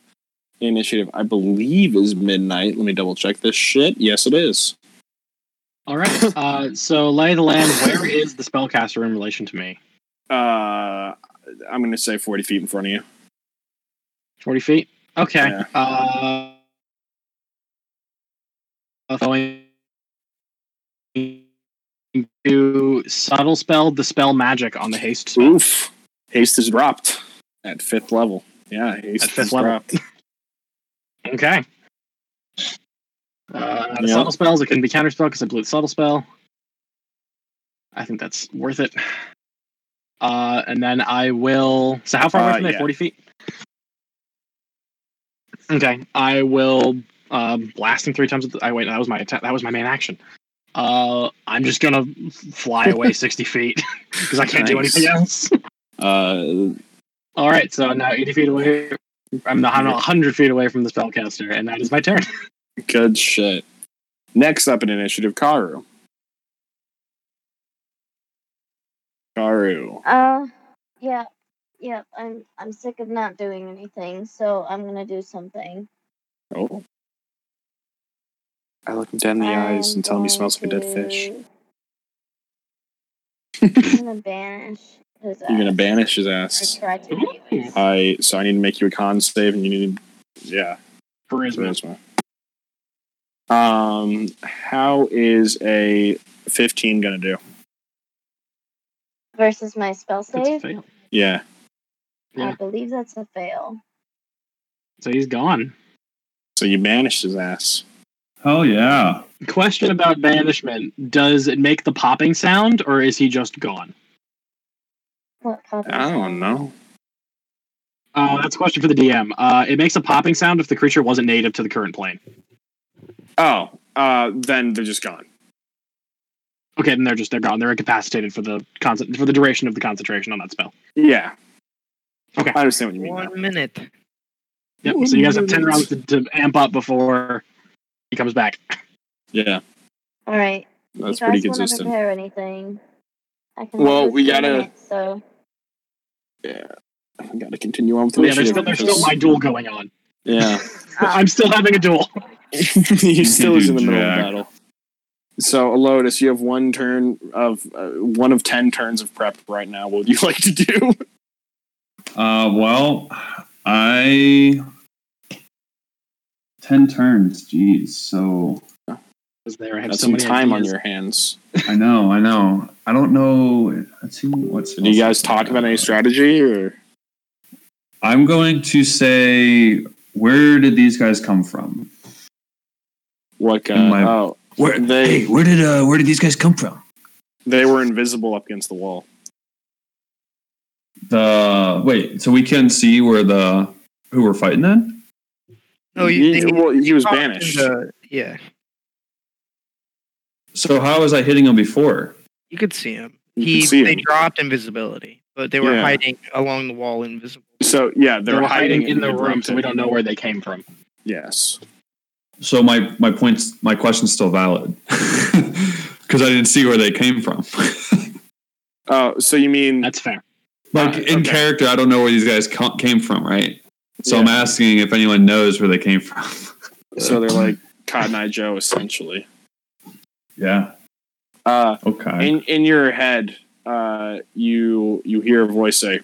initiative, I believe, is midnight. Let me double check this shit. Yes, it is. All right. Uh, so lay of the land. Where is the spellcaster in relation to me? Uh, I'm going to say 40 feet in front of you. Forty feet. Okay. Yeah. Uh, going to subtle spell dispel magic on the haste spell. Oof. Haste is dropped at fifth level. Yeah, haste At fifth is level. dropped. Okay. Uh, out of Yeah. Subtle spells. It can be counter spell because I blew the subtle spell. I think that's worth it. Uh, and then I will. So how far Uh, away from yeah. me? Forty feet. Okay, I will um, blast him three times. With the, I wait. That was my attack. That was my main action. Uh, I'm just gonna f- [laughs] fly away sixty feet [laughs] because I can't do Nice. anything else. Uh, All right, so now eighty feet away. I'm not hundred feet away from the spellcaster, and that is my turn. good shit. Next up in initiative, Karu. Karu. Uh, yeah, yeah. I'm I'm sick of not doing anything, so I'm gonna do something. Oh. I look him dead in the eyes I'm and tell him he going smells like a dead fish. to- [laughs] I'm gonna banish. His You're gonna ass, banish his or ass. try to anyways. I so I need to make you a con save, and you need yeah Charisma. charisma. Um, how is a fifteen gonna do? Versus my spell That's a save, fail. Yeah, yeah. I believe that's a fail. So he's gone. so you banished his ass. Hell yeah. Question about banishment: Does it make the popping sound, or is he just gone? What popping I don't sound? know. Uh, that's a question for the DM. Uh, it makes a popping sound if the creature wasn't native to the current plane. Oh, uh, then they're just gone. Okay, then they're just they're gone. They're incapacitated for the con- for the duration of the concentration on that spell. Yeah. Okay. I understand what you mean. now. One minute. Yep. So you guys have ten rounds to, to amp up before he comes back. Yeah, All right, that's you guys pretty wanna consistent. Prepare anything? I can Well, do we three gotta- minutes, so I gotta continue on with the Yeah, there's initiative still, there's because- still my duel going on. yeah. Ah. [laughs] I'm still having a duel. [laughs] he still is in the middle Jack. of battle. So, Elodis, you have one turn of uh, one of ten turns of prep right now. What would you [laughs] like to do? Uh, well, I. 10 turns. Jeez. So. Is there? I have That's so some many time on ideas. your hands. I know, I know. I don't know. Let's see what's. Do you guys talk about any strategy or? I'm going to say, where did these guys come from? What In kind? my- oh, Where They- where did uh, where did these guys come from? they were invisible up against the wall. The wait, so we can see where the who we're fighting then. No, you, he, they- well, he was Oh, banished. uh, yeah, So how was I hitting them before? you could see him. You He can see they him. dropped invisibility, but they were Yeah. hiding along the wall invisible. [laughs] So yeah, they're, They're, hiding, in the room, room, so we don't know where they came from. Yes. So my my points my question's still valid [laughs] because I didn't see where they came from. [laughs] Oh, so you mean That's fair. like Ah, in okay. character, I don't know where these guys co- came from, right? So I'm Yeah. asking if anyone knows where they came from. [laughs] so they're like Cotton Eye Joe essentially. yeah, Uh, okay. in in your head, uh, you you hear a voice [clears throat] say,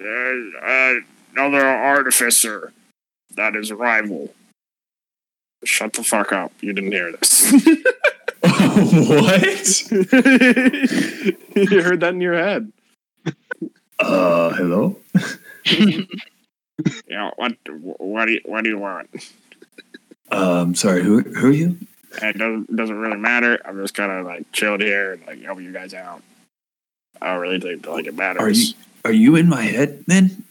uh, "Another artificer that is a rival." Shut the fuck up! You didn't hear [laughs] this. [laughs] what? you heard that in your head. Uh, hello. Yeah. What? What do you What do you want? Um, sorry. Who who are you? It doesn't doesn't really matter. I'm just kind of like chilled here and like helping you guys out. I don't really think like it matters. Are you are you in my head, man?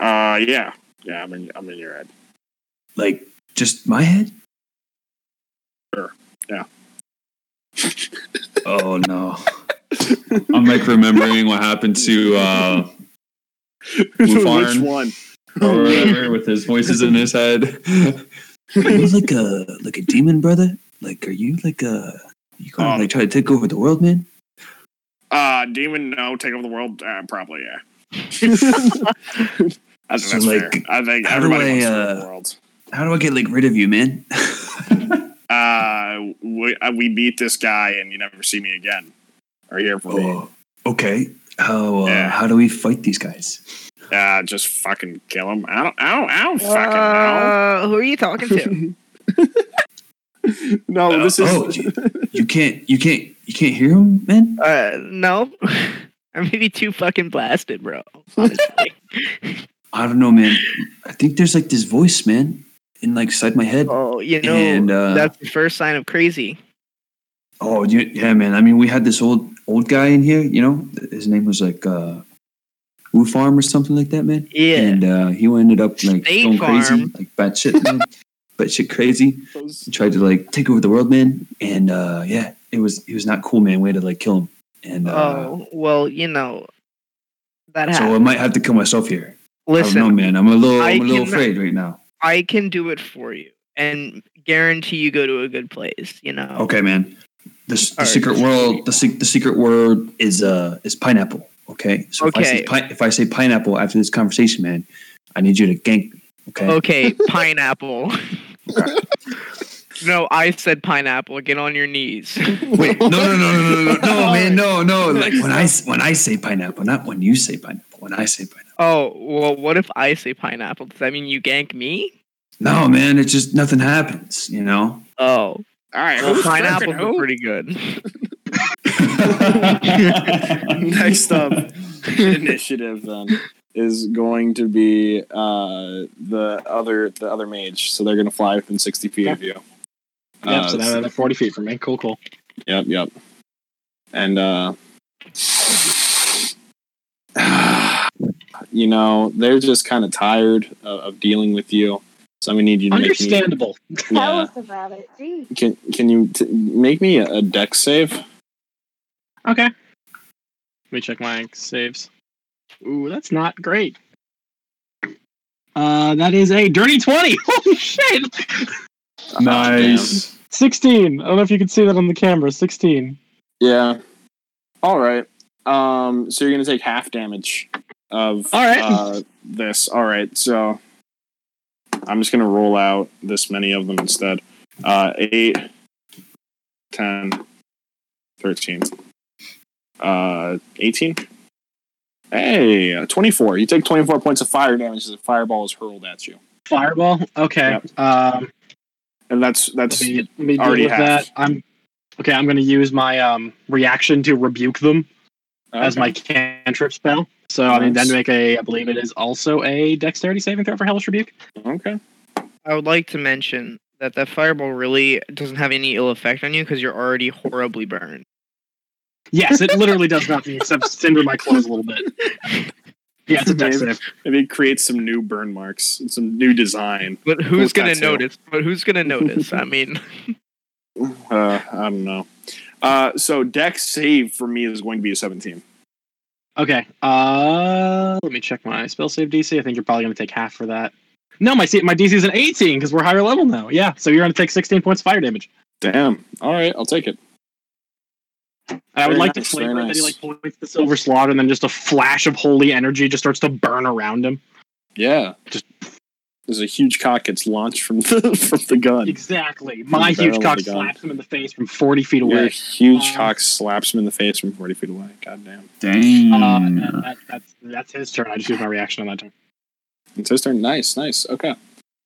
Uh, yeah, yeah. I'm in. I'm in your head. Like just my head? Sure, yeah. oh no. I'm like [laughs] remembering what happened to [laughs] uh [laughs] Which Mufarn. one? or whatever with his voices in his [laughs] head. you like a like a demon brother? Like, are you like a you gonna Um, like try to take over the world, man? Uh, Demon, no. Take over the world? Uh, probably, yeah. I think So, that's fair. like, I think how do everybody wants to I, uh, take the world. How do I get like rid of [laughs] you, man? Uh, we, uh, we beat this guy and you never see me again. Or hear from me. oh, okay. How uh, Yeah. how do we fight these guys? Uh, just fucking kill him. I don't, I don't, I don't fucking Uh, who are you talking to? [laughs] know. No, this is. oh, you, you can't you can't you can't hear him, man. uh, no, [laughs] I may be too fucking blasted, bro. [laughs] Honestly. I don't know, man. I think there's like this voice, man, in like side my head. oh, you know And, uh, that's the first sign of crazy. Oh, you, yeah, man. I mean, we had this old old guy in here. You know, his name was like uh, Woo Farm or something like that, man. Yeah. And uh, he ended up like State going crazy, Farm. like batshit, [laughs] man. batshit crazy. He tried to like take over the world, man. And uh, yeah, it was it was not cool, man. We had to like kill him. And uh, oh well, you know that so I happens. might have to kill myself here. I don't know, Listen, man. I'm a little I I'm a little can- afraid right now. I can do it for you and guarantee you go to a good place. You know. Okay, man. The, s- the All right. secret world. The, se- the secret word is uh is pineapple. Okay. So If, I say Okay. pi- if I say pineapple after this conversation, man, I need you to gank. me, Okay. Okay, pineapple. no, I said pineapple. Get on your knees. Wait. No. No. No. No. No. No, [laughs] no man. No. No. Like when I s- when I say pineapple, not when you say pineapple. When I say pineapple. Oh, well, what if I say pineapple? Does that mean you gank me? No, man. It's just nothing happens. You know. [laughs] Oh, all right. well, who's pineapple fucking who? pretty good. [laughs] Next up, initiative then is going to be uh, the other the other mage. So they're going to fly within sixty feet of you. Yep, Uh, so now they're 40 feet from me. Cool, cool. Yep, yep. And uh [sighs] you know, they're just kind of tired of, of dealing with you. So I'm gonna need you to make me, Understandable. [laughs] Tell yeah. us about it. Gee. Can can you t- make me a, a deck save? Okay. Let me check my saves. Ooh, that's not great. Uh, that is a dirty 20. [laughs] Holy shit! nice. 16. I don't know if you can see that on the camera. 16. Yeah. All right. Um. So you're gonna take half damage of All right. uh, this. All right. So I'm just gonna roll out this many of them instead. Uh, eight, 10, 13, uh, 18. Hey, uh, 24. You take 24 points of fire damage as a fireball is hurled at you. Fireball? Okay. Um, And that's that's let me, let me deal already with half. that. I'm, okay, I'm going to use my um, reaction to rebuke them. as my cantrip spell. So I mean, then Nice. make a. I believe it is also a dexterity saving throw for Hellish Rebuke. okay. I would like to mention that that fireball really doesn't have any ill effect on you because you're already horribly burned. Yes, it literally does nothing except cinder my clothes a little bit. Yeah, it's a dex Maybe. save. And it creates some new burn marks and some new design. But who's Cool gonna tattoo. notice? But who's gonna notice? I mean, Uh, I don't know. Uh, so deck save for me is going to be a 17. Okay. Uh, let me check my spell save DC. I think you're probably going to take half for that. No, my C- my DC is an 18 because we're higher level now. Yeah, so you're going to take 16 points of fire damage. Damn. All right, I'll take it. And I would Very like nice, to flavor very it. Then he nice. like points the silver slot, and then just a flash of holy energy just starts to burn around him. Yeah. Just there's a huge cock gets launched from [laughs] the from the gun. Exactly. My barrel huge of cock the gun. slaps him in the face from 40 feet Your away. huge Um, cock slaps him in the face from 40 feet away. God damn. Dang. Uh, and that, that's that's his turn. I just used my reaction on that turn. It's his turn. Nice, nice. Okay.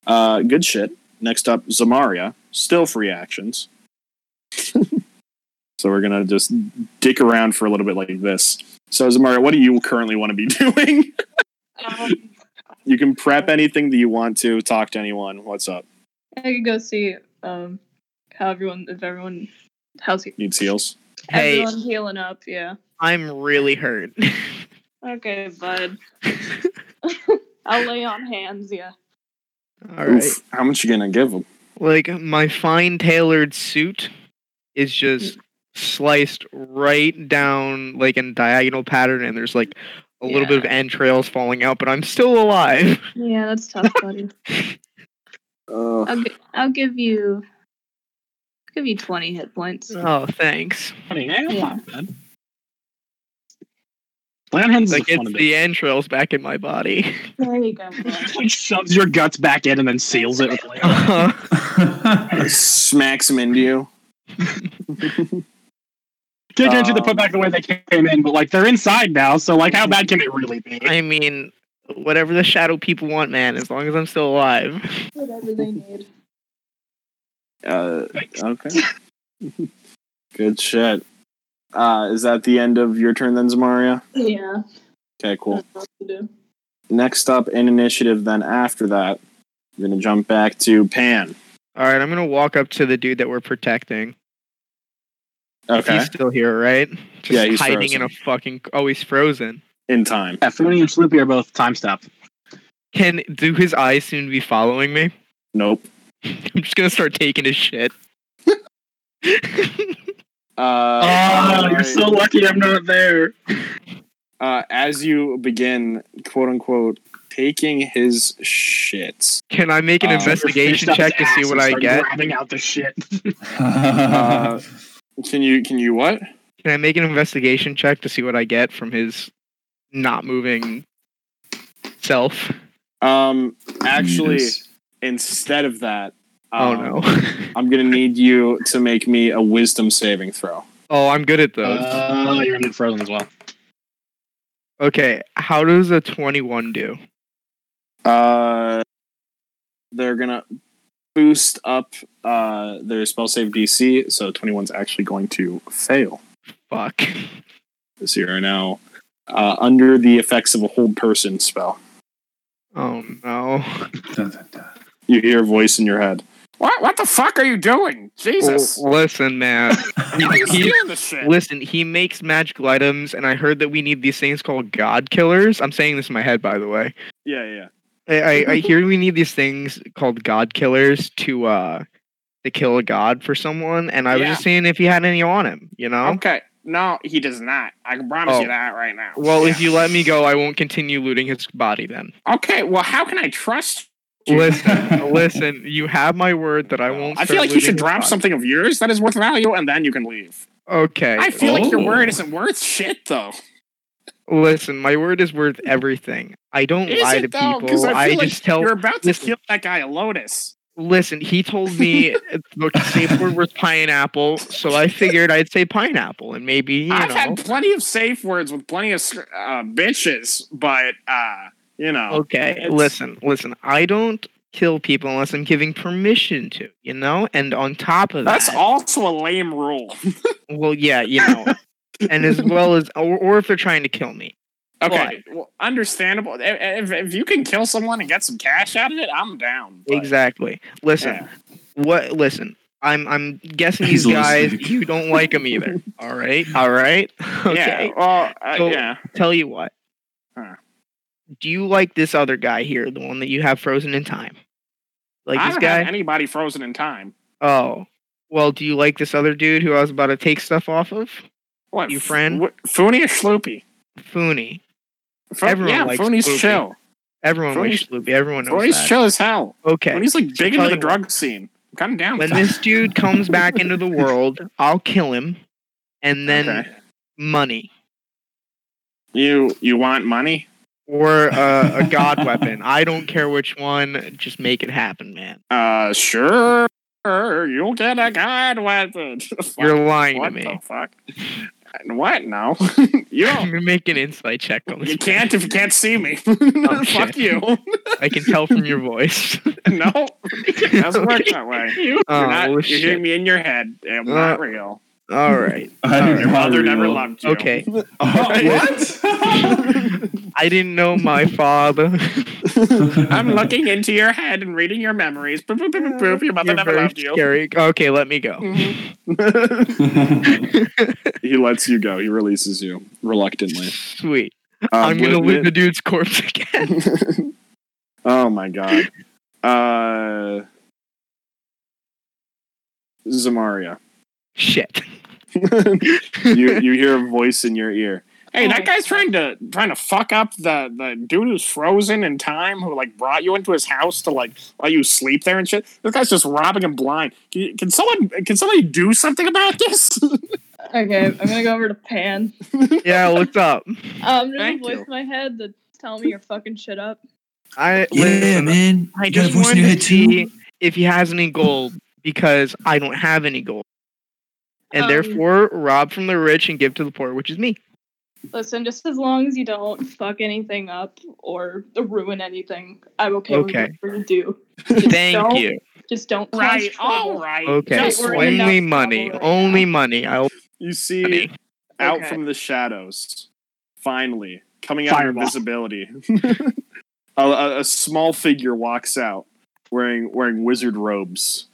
Uh, good shit. Next up, Zamaria. Still free actions. [laughs] so we're gonna just dick around for a little bit like this. So Zamaria, what do you currently want to be [laughs] doing? Um, you can prep anything that you want to. Talk to anyone. What's up? I could go see um how everyone if everyone how's he, Needs heals. Hey, everyone healing up. Yeah. I'm really hurt. [laughs] Okay, [laughs] bud. I'll lay on hands. Yeah. All right. Oof, how much you gonna give him? Like my fine tailored suit is just sliced right down like in diagonal pattern and there's like a little bit of entrails falling out, but I'm still alive. [laughs] Yeah, that's [laughs] tough, buddy. [laughs] Uh, I'll, gi- I'll give you I'll give you twenty hit points. Oh, thanks. Funny, hey, I'm Yeah. not bad. Lay on hands is Like a fun it's bit. the entrails back in my body. [laughs] There you go. bud. Like shoves your guts back in and then seals it with [laughs] lay on. smacks him into you. Kick into the Um, put back the way they came in, but like they're inside now, so like how bad can it really be? I mean, whatever the shadow people want, man, as long as I'm still alive. Whatever they need. Uh, okay. [laughs] Good shit. Uh, is that the end of your turn then, Zamaria? Yeah. Okay, cool. that's what to do. Next up in initiative, then after that, we're going to jump back to Pan. All right, I'm gonna walk up to the dude that we're protecting. Okay. He's still here, right? Just Yeah, he's hiding in a fucking. Oh, he's frozen. In time. Yeah, Fooney and Sloopy are both time stop. Can do his eyes soon be following me? Nope. I'm just gonna start taking his [laughs] shit. Uh, Oh, all you're right. so lucky I'm not there. Uh, as you begin, quote unquote, taking his shit. Can I make an Uh, investigation Fist up his check to ass see what and I start get? Grabbing out the shit. Uh, [laughs] can you, can you what? Can I make an investigation check to see what I get from his not moving self? Um, actually, Yes. instead of that, Oh um, no. [laughs] [laughs] I'm gonna need you to make me a wisdom saving throw. Oh, I'm good at those. Uh, you're in frozen as well. okay, how does a 21 do? Uh, they're gonna boost up uh, their spell save DC, so 21's actually going to fail. Fuck. So you are now uh, under the effects of a hold person spell. Oh no. You hear a voice in your head. What? What the fuck are you doing? Jesus! L- listen, [laughs] man. Why are you He- stealing this shit? Listen, he makes magical items, and I heard that we need these things called God Killers. I'm saying this in my head, by the way. Yeah, yeah. [laughs] I, I, I hear we need these things called god killers to uh to kill a god for someone, and I was Yeah. just seeing if he had any on him, you know. Okay. No, he does not. I can promise Oh. you that right now. Well, Yeah. if you let me go, I won't continue looting his body. Then okay. Well, how can I trust? [laughs] listen, listen, you have my word that I won't. I feel like start you looting should his drop body. something of yours that is worth value, and then you can leave. Okay, I feel like your Oh. word isn't worth shit, though. listen, my word is worth everything. I don't Is lie to it though? people. Because I I, feel like just tell you're about to listen. kill that guy a lotus. Listen, he told [laughs] me the safe word was pineapple, so I figured I'd say pineapple, and maybe you I've know. had plenty of safe words with plenty of uh, bitches, but uh, you know, Okay, It's- listen, listen. I don't kill people unless I'm giving permission to, you know? And on top of that's that, also a lame rule. well, yeah, you [laughs] know. and as well as, or, or if they're trying to kill me. Okay, well, understandable. If, if, if you can kill someone and get some cash out of it, I'm down. but- exactly. Listen, Yeah. what? Listen, I'm I'm guessing He's these guys. listening. You don't like them either. all right, all right. [laughs] Okay, Yeah. Well, uh, So- yeah. tell you what. Huh. Do you like this other guy here, the one that you have frozen in time? Like I this haven't guy? had anybody frozen in time. Oh, well, do you like this other dude who I was about to take stuff off of? What You F- friend? what- Foony or Sloopy? Foony. Fo- Everyone yeah, likes Foony's Sloopy. chill. Everyone Foony's- likes Sloopy. Everyone knows Foony's that. chill as hell. okay. Foony's like big tell into the you drug scene. I'm kind of down. When with that. this dude comes back into the world, [laughs] I'll kill him, and then Okay. money you you want money? or uh, a god weapon. I don't care which one. Just make it happen, man. Uh, sure. You'll get a god weapon. [laughs] You're lying what to the me. fuck? What? No, [laughs] [laughs] you don't. You're making an insight check on this. You can't if you can't see me. [laughs] fuck Oh, shit. you. [laughs] I can tell from your voice. no, it doesn't [laughs] work that way. You're, Oh, not, you're shit. hearing me in your head. I'm not Uh, real. All right. Your mother never [laughs] loved you. [laughs] [laughs] Oh, Okay. [laughs] what? I didn't know my father. I'm looking into your head and reading your memories. Boop, boop, boop, boop, boop. Your mother You're never very loved you. scary. Okay, let me go. He lets you go. He releases you reluctantly. Sweet. Um, Uh, I'm gonna Whit- loot the dude's corpse [laughs] again. [laughs] Oh my god. Uh Zamaria. Shit. You you hear a voice in your ear. Hey, that Oh. guy's trying to trying to fuck up the the dude who's frozen in time, who like brought you into his house to like let you sleep there and shit. This guy's just robbing him blind. Can, can someone can somebody do something about this? Okay, I'm gonna go over to Pan. [laughs] yeah, what's up? Um, there's a Thank voice you. in my head that's telling me you're fucking shit up. I yeah, listen, man. I you got a just voice in wanted your to head too. see if he has any gold because I don't have any gold. And Um, therefore rob from the rich and give to the poor, which is me. Listen, just as long as you don't fuck anything up or ruin anything, I'm okay, Okay. with whatever you do. Thank don't- you. Just don't cause right, all trouble. right. Okay. Just we're wait. in enough Only trouble money. right Only now. money. I You see money. out Okay. from the shadows, finally, coming out of Fireball. invisibility. [laughs] a, a, a small figure walks out wearing wearing wizard robes,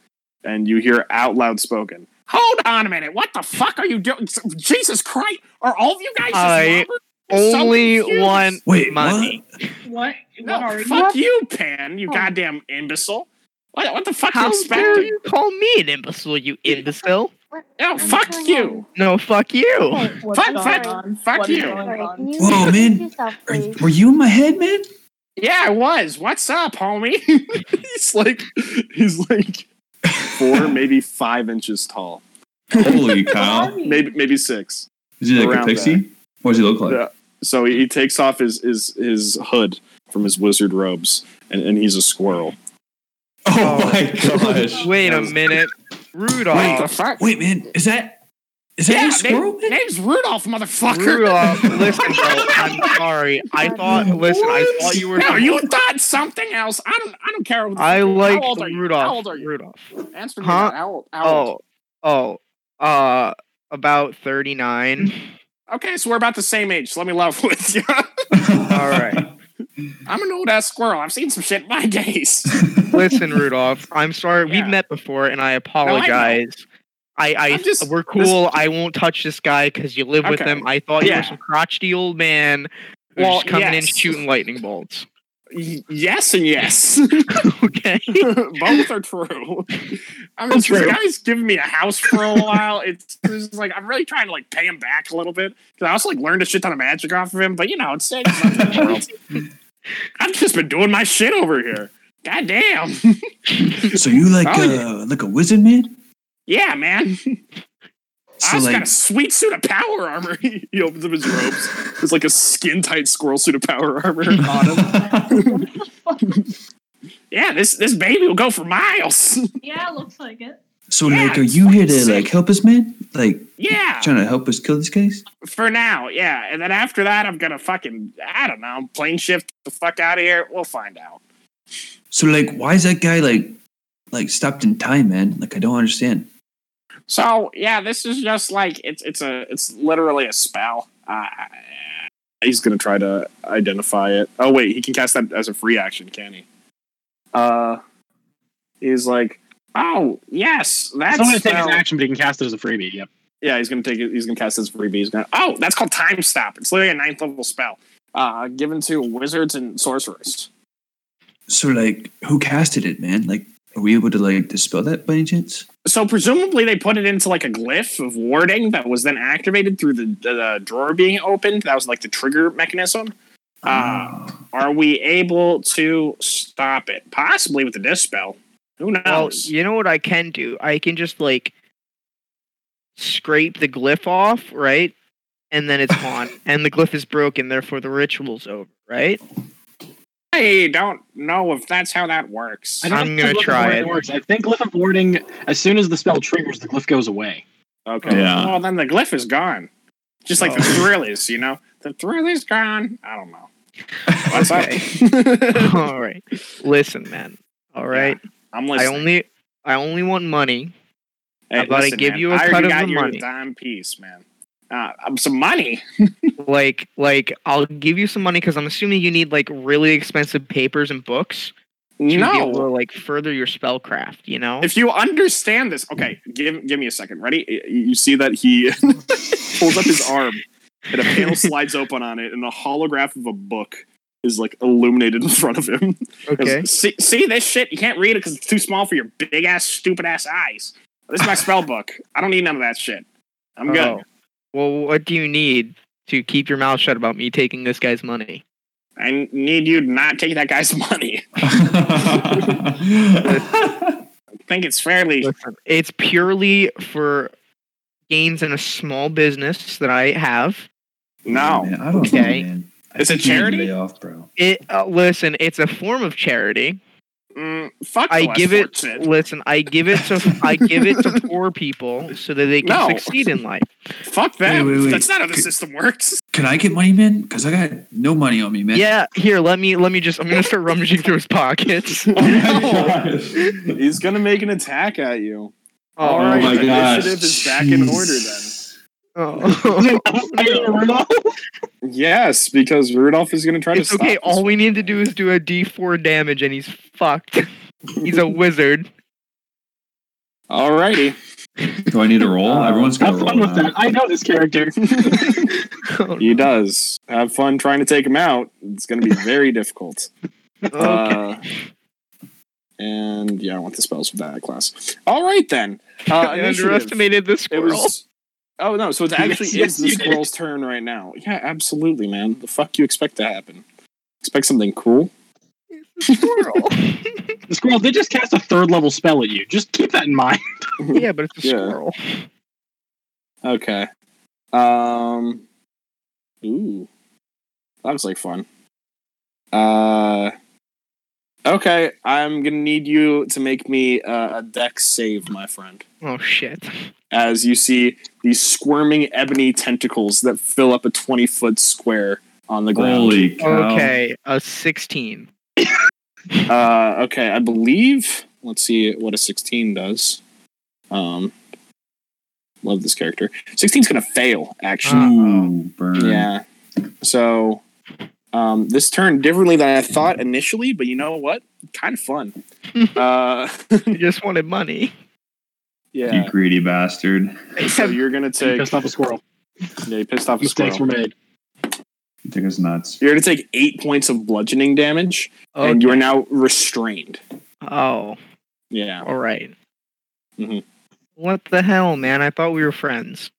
and you hear out loud spoken. Hold on a minute. What the fuck are you doing? Jesus Christ! Are all of you guys? just I robbers? I'm so Only confused. want Wait, money. What? No, what are you? fuck you, Pan. You goddamn imbecile. What, what the fuck How you dare expecting? you call me an imbecile, you imbecile? No, Oh, fuck you. No, fuck Oh you. Okay, What's Fuck- going fuck- on? fuck What is you. going Sorry, can on? you Whoa, introduce man. yourself, Are, please? were you in my head, man? Yeah, I was. What's up, homie? [laughs] He's like he's like four, maybe five inches tall, Holy [laughs] cow! maybe maybe six. Is he like a Around pixie? there. What does he look like? Yeah. So he, he takes off his, his his hood from his wizard robes, and, and he's a squirrel. Oh my gosh! Wait a Yes. minute. What the Rudolph. fuck? Wait, man. Is that is that Yeah, your squirrel? name, man? name's Rudolph, motherfucker. Rudolph, listen, bro. I'm sorry. I thought, listen, I thought you were. [laughs] No, you thought something else. I don't. I don't care. What the I fuck you- like How old are you? Rudolph. How old are you? Rudolph. Answer me. Huh? that. How old? How old? Oh, oh, uh, about [laughs] 39. Okay, so we're about the same age. So let me love with you. [laughs] All right. I'm an old ass squirrel. I've seen some shit in my [laughs] days. Listen, Rudolph, I'm sorry. Yeah. We've met before, and I apologize. I, I, I'm just- we're cool. I won't touch this guy because you live with Okay. him. I thought you Yeah. were some crotchety old man who's Well, just coming in yes. shooting lightning [laughs] bolts. [laughs] Y- yes and yes. [laughs] okay. Both are true. I'm just, True. This guy's giving me a house for a while. It's, it's just like I'm really trying to like pay him back a little bit because I also like learned a shit ton of magic off of him. But you know, it's, it's not the world. [laughs] I've just been doing my shit over here. God damn. So you like Oh, uh like a wizard, man? Yeah, man. So I just like got a sweet suit of power armor. [laughs] he he opens up his robes. It's like a skin tight squirrel suit of power armor [laughs] on him. [laughs] Yeah, this this baby will go for miles. [laughs] Yeah, looks like it. so Yeah, like are it's you here to fucking like sick. help us, man? Like Ah. Yeah. trying to help us kill these guys? for now, yeah. And then after that, I'm gonna fucking I don't know, plane shift the fuck out of here. We'll find out. So like why is that guy like like stopped in time, man? Like I don't understand. So yeah, this is just like it's it's a it's literally a spell. Uh, He's gonna try to identify it. Oh wait, he can cast that as a free action, can he? Uh, he's like, oh yes, that's That's going to take his spell- action, but he can cast it as a freebie. Yep. yeah, he's gonna take it. He's gonna cast his freebie. He's gonna. oh that's called time stop. It's literally a ninth level spell, uh, given to wizards and sorcerers. So like who casted it, man? Like Are we able to like dispel that by any chance? So presumably they put it into like a glyph of warding that was then activated through the, the, the drawer being opened. That was like the trigger mechanism. Oh. Uh, Ah. Are we able to stop it? Possibly with the dispel. Who Well, knows? you know what I can do? I can just like scrape the glyph off, right? And then it's [laughs] gone. and the glyph is broken, therefore the ritual's over, right? I don't know if that's how that works. I don't I'm think gonna Glyph of try Warding it. Works. I think glyph of warding. As soon as the spell triggers, the glyph goes away. Okay. Yeah. Well, then the glyph is gone. Just like the Oh. thrill is, you know? The thrill is gone. I don't know. What's up? All right. Listen, man. All right. [laughs] I'm I listening. only I only want money. Hey, I'm about to listen, give man, you a I already cut of got the your money. dime piece, man. Uh, um, some money. Like like I'll give you some money cuz I'm assuming you need like really expensive papers and books to be able to No. like further your spellcraft, you know? If you understand this, okay, give give me a second. Ready? Y- You see that he [laughs] pulls up his arm, and a [laughs] panel slides open on it, and a holograph of a book is like illuminated in front of him. [laughs] okay. See, see this shit? You can't read it because it's too small for your big ass, stupid ass eyes. This [laughs] is my spell book. I don't need none of that shit. I'm good. Oh. Well, what do you need to keep your mouth shut about me taking this guy's money? I need you to not take that guy's [laughs] money. I think it's fairly. Listen, it's purely for gains in a small business that I have. No. Oh, Man, I don't Okay. know, man. I Is it think you need to charity? Lay off, bro. It uh, listen, it's a form of charity. Mm, fuck. the I less give it fortunate. listen, I give it to I give [laughs] it to poor people so that they can No. succeed in life. Fuck that. Wait, wait, wait. That's not how the Could- system works. Can I get money, man? Because I got no money on me, [laughs] man. Yeah, here, let me let me just I'm going to start rummaging through his [laughs] Oh, pockets. [laughs] He's gonna make an attack at you. All Oh right. my the gosh. initiative is back in order then. [laughs] Oh. Yes, because Rudolph is gonna try It's stop okay. this All one. we need to do is do a d4 damage and he's fucked. [laughs] he's a wizard. [laughs] Alrighty. Do I need to roll? Everyone's got to Have roll. fun with now. that. I know this character. Oh, He does. Have fun trying to take him out. It's gonna be very difficult. okay. Uh, and yeah, I want the spells for that class. All right then. [laughs] Uh, I initiative. underestimated the It squirrel. was. Oh no! So it's actually Yes, is the you did. squirrel's turn right now. Yeah, absolutely, man. The fuck you expect to happen? Expect something cool? [laughs] It's a squirrel. [laughs] The squirrel did just cast a third level spell at you. Just keep that in mind. [laughs] yeah, but it's a Yeah. squirrel. Okay. Um. Ooh, that was like fun. Uh. Okay, I'm gonna need you to make me uh, a deck save, my friend. Oh shit. as you see these squirming ebony tentacles that fill up a 20 foot square on the ground. Holy cow. Okay, a 16. Uh, okay, I believe. Let's see what a 16 does. Um, love this character. 16's going to fail, actually. Ooh, burn. Yeah. So um, this turned differently than I thought initially, but you know what? Kind of [laughs] fun. uh, You just wanted money. yeah. You greedy bastard. [laughs] So you're going to You take. Pissed off a squirrel. Yeah, you pissed off a Mistakes were squirrel. made. You think it's nuts. You're going to take eight points of bludgeoning damage. [laughs] Oh, and you are now restrained. oh, Yeah. all right. Mhm. What the hell, man? I thought we were friends.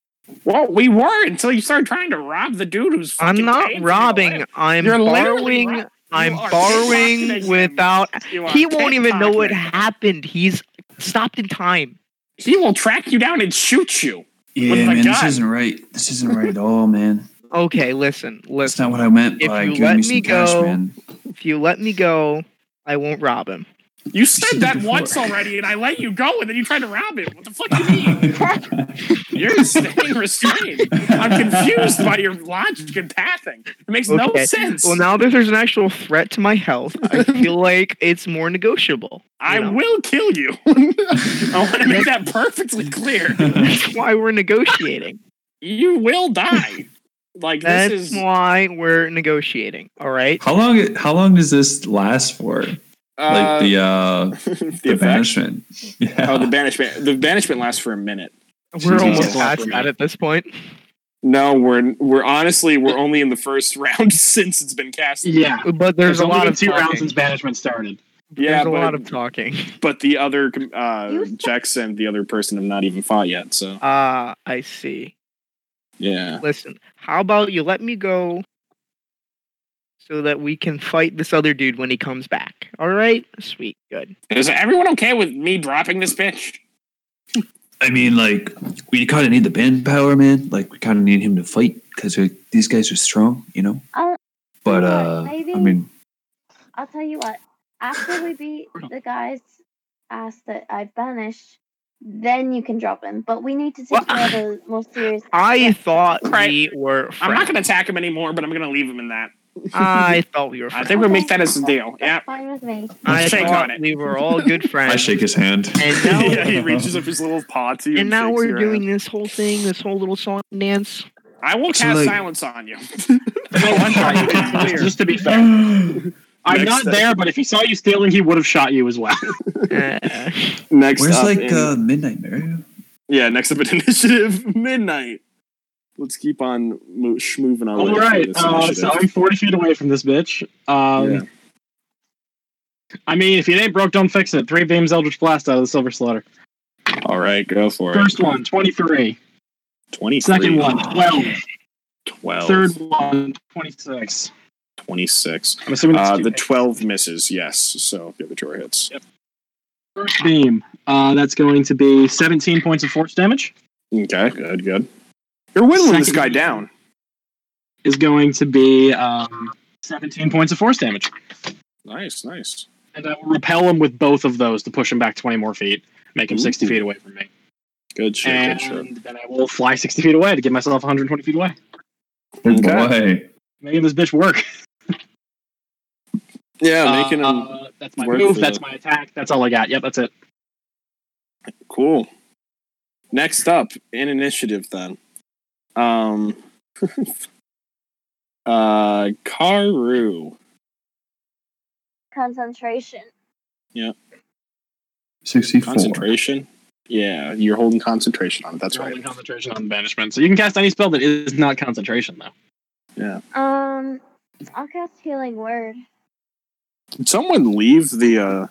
Well, we were until you started trying to rob the dude who's. I'm fucking not paying for robbing. I'm You're literally borrowing. rob- I'm You are pickpocketing borrowing him. without. You are He won't even know what pickpocketing. happened. He's stopped in time. He will track you down and shoot you. Yeah, With my man. This gun. isn't right. This isn't right at all, man. Okay, listen, That's listen. not what I meant If by you giving let me some me cash, go- man. If you let me go, I won't rob him. You said said that before. once already, and I let you go, and then you tried to rob him. What the fuck do you mean? [laughs] You're staying restrained. I'm confused by your logic and pathing. It makes no Okay. sense. Well, now that there's an actual threat to my health, [laughs] I feel like it's more negotiable. you I know? will kill you. [laughs] I want to make that perfectly clear. That's why we're negotiating. You will die. Like That's [laughs] this is why we're negotiating. All right. How long how long does this last for? uh, [laughs] like the uh the, the, effect. banishment. [laughs] Yeah. Oh, the banishment. The banishment lasts for a minute. We're Jesus. almost Yeah. past that at this point. No, we're we're honestly we're only in the first [laughs] round since it's been cast. Yeah. But there's a only lot been of two rounds talking. [laughs] since banishment started. Yeah, There's a but- lot of talking. But the other uh, You- Jackson, the other person, have not even fought yet. So Ah, I see. yeah, Listen, how about you let me go so that we can fight this other dude when he comes back? All right? Sweet. Good. is everyone okay with me dropping this bitch? I mean, like, we kind of need the manpower, man. Like, we kind of need him to fight because these guys are strong, you know? I'll, But, Yeah, uh, maybe- I mean, I'll tell you what. After [laughs] we beat the guy's ass that I banished, then you can drop him. But we need to take What? care of the most serious. I thought Right. we were I'm not friends. going to attack him anymore, but I'm going to leave him in that. [laughs] I thought we I were friends. think we'll make that as a deal. That's Yeah. fine with me. I shake thought on it. [laughs] we were all good friends. I shake his hand. And now, yeah, [laughs] he reaches up his little paw to you. and now shakes we're your doing hand. this whole thing, this whole little song [laughs] and dance. I will So, cast like- silence on you. one shot you. Just, just to be fair, I'm Next not step. there, but if he saw you stealing, he would have shot [laughs] you as well. Uh, Next where's, up like, in- uh, Midnight Mario? yeah, next up in [laughs] initiative midnight. Let's keep on mo- schmoving our way All through right, this uh, initiative. so I'm 40 feet away from this bitch. Um, Yeah. I mean, if it ain't broke, don't fix it. Three beams Eldritch Blast out of the Silver Slaughter. All right, go for it. First one, 23. Twenty second Second one, 12. 12, Third one, 26. 26. I'm assuming that's Uh, two the hits. 12 misses, yes. So the other two are hits. First beam. Uh, that's going to be 17 points of force damage. Okay, good, good. You're whittling this Second- guy down. Is going to be um, 17 points of force damage. Nice, nice. And I will repel him with both of those to push him back 20 more feet, make him 60 Ooh. feet away from me. Good shit, and good shit. then I will fly 60 feet away to get myself 120 feet away. Good Okay. boy. Making this bitch work. Yeah, Uh, making him uh, that's my work move. for That's the- my attack. That's all I got. Yep, that's it. cool. Next up in initiative, then. Um, [laughs] uh, Karu. Concentration. 64. Concentration. Yeah, you're holding concentration on it. That's You're right. holding concentration on banishment, so you can cast any spell that is not concentration, though. Um, I'll cast healing word. Did someone leave the? uh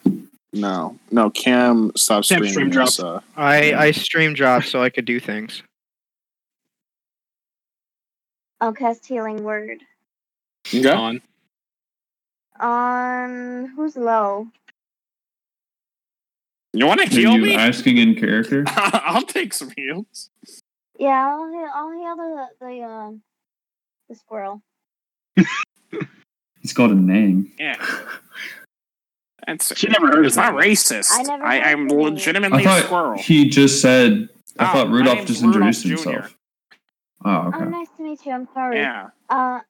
No, no. Cam, stop Cam streaming. stream this, uh, I I stream jobs so I could do things. I'll cast healing word okay. On on who's low. You want to Are heal you me? asking in character? [laughs] I'll take some heals. Yeah, I'll heal, I'll heal the the um the squirrel. He's got a name. Yeah. [laughs] That's she never heard of it's not that. racist. I never I, heard I'm the name. I legitimately a thought squirrel. he just said. I Oh, thought my Rudolph name's just Rudolph introduced Jr.. himself. Oh, Oh, okay. nice to meet you. I'm sorry. Yeah. Uh,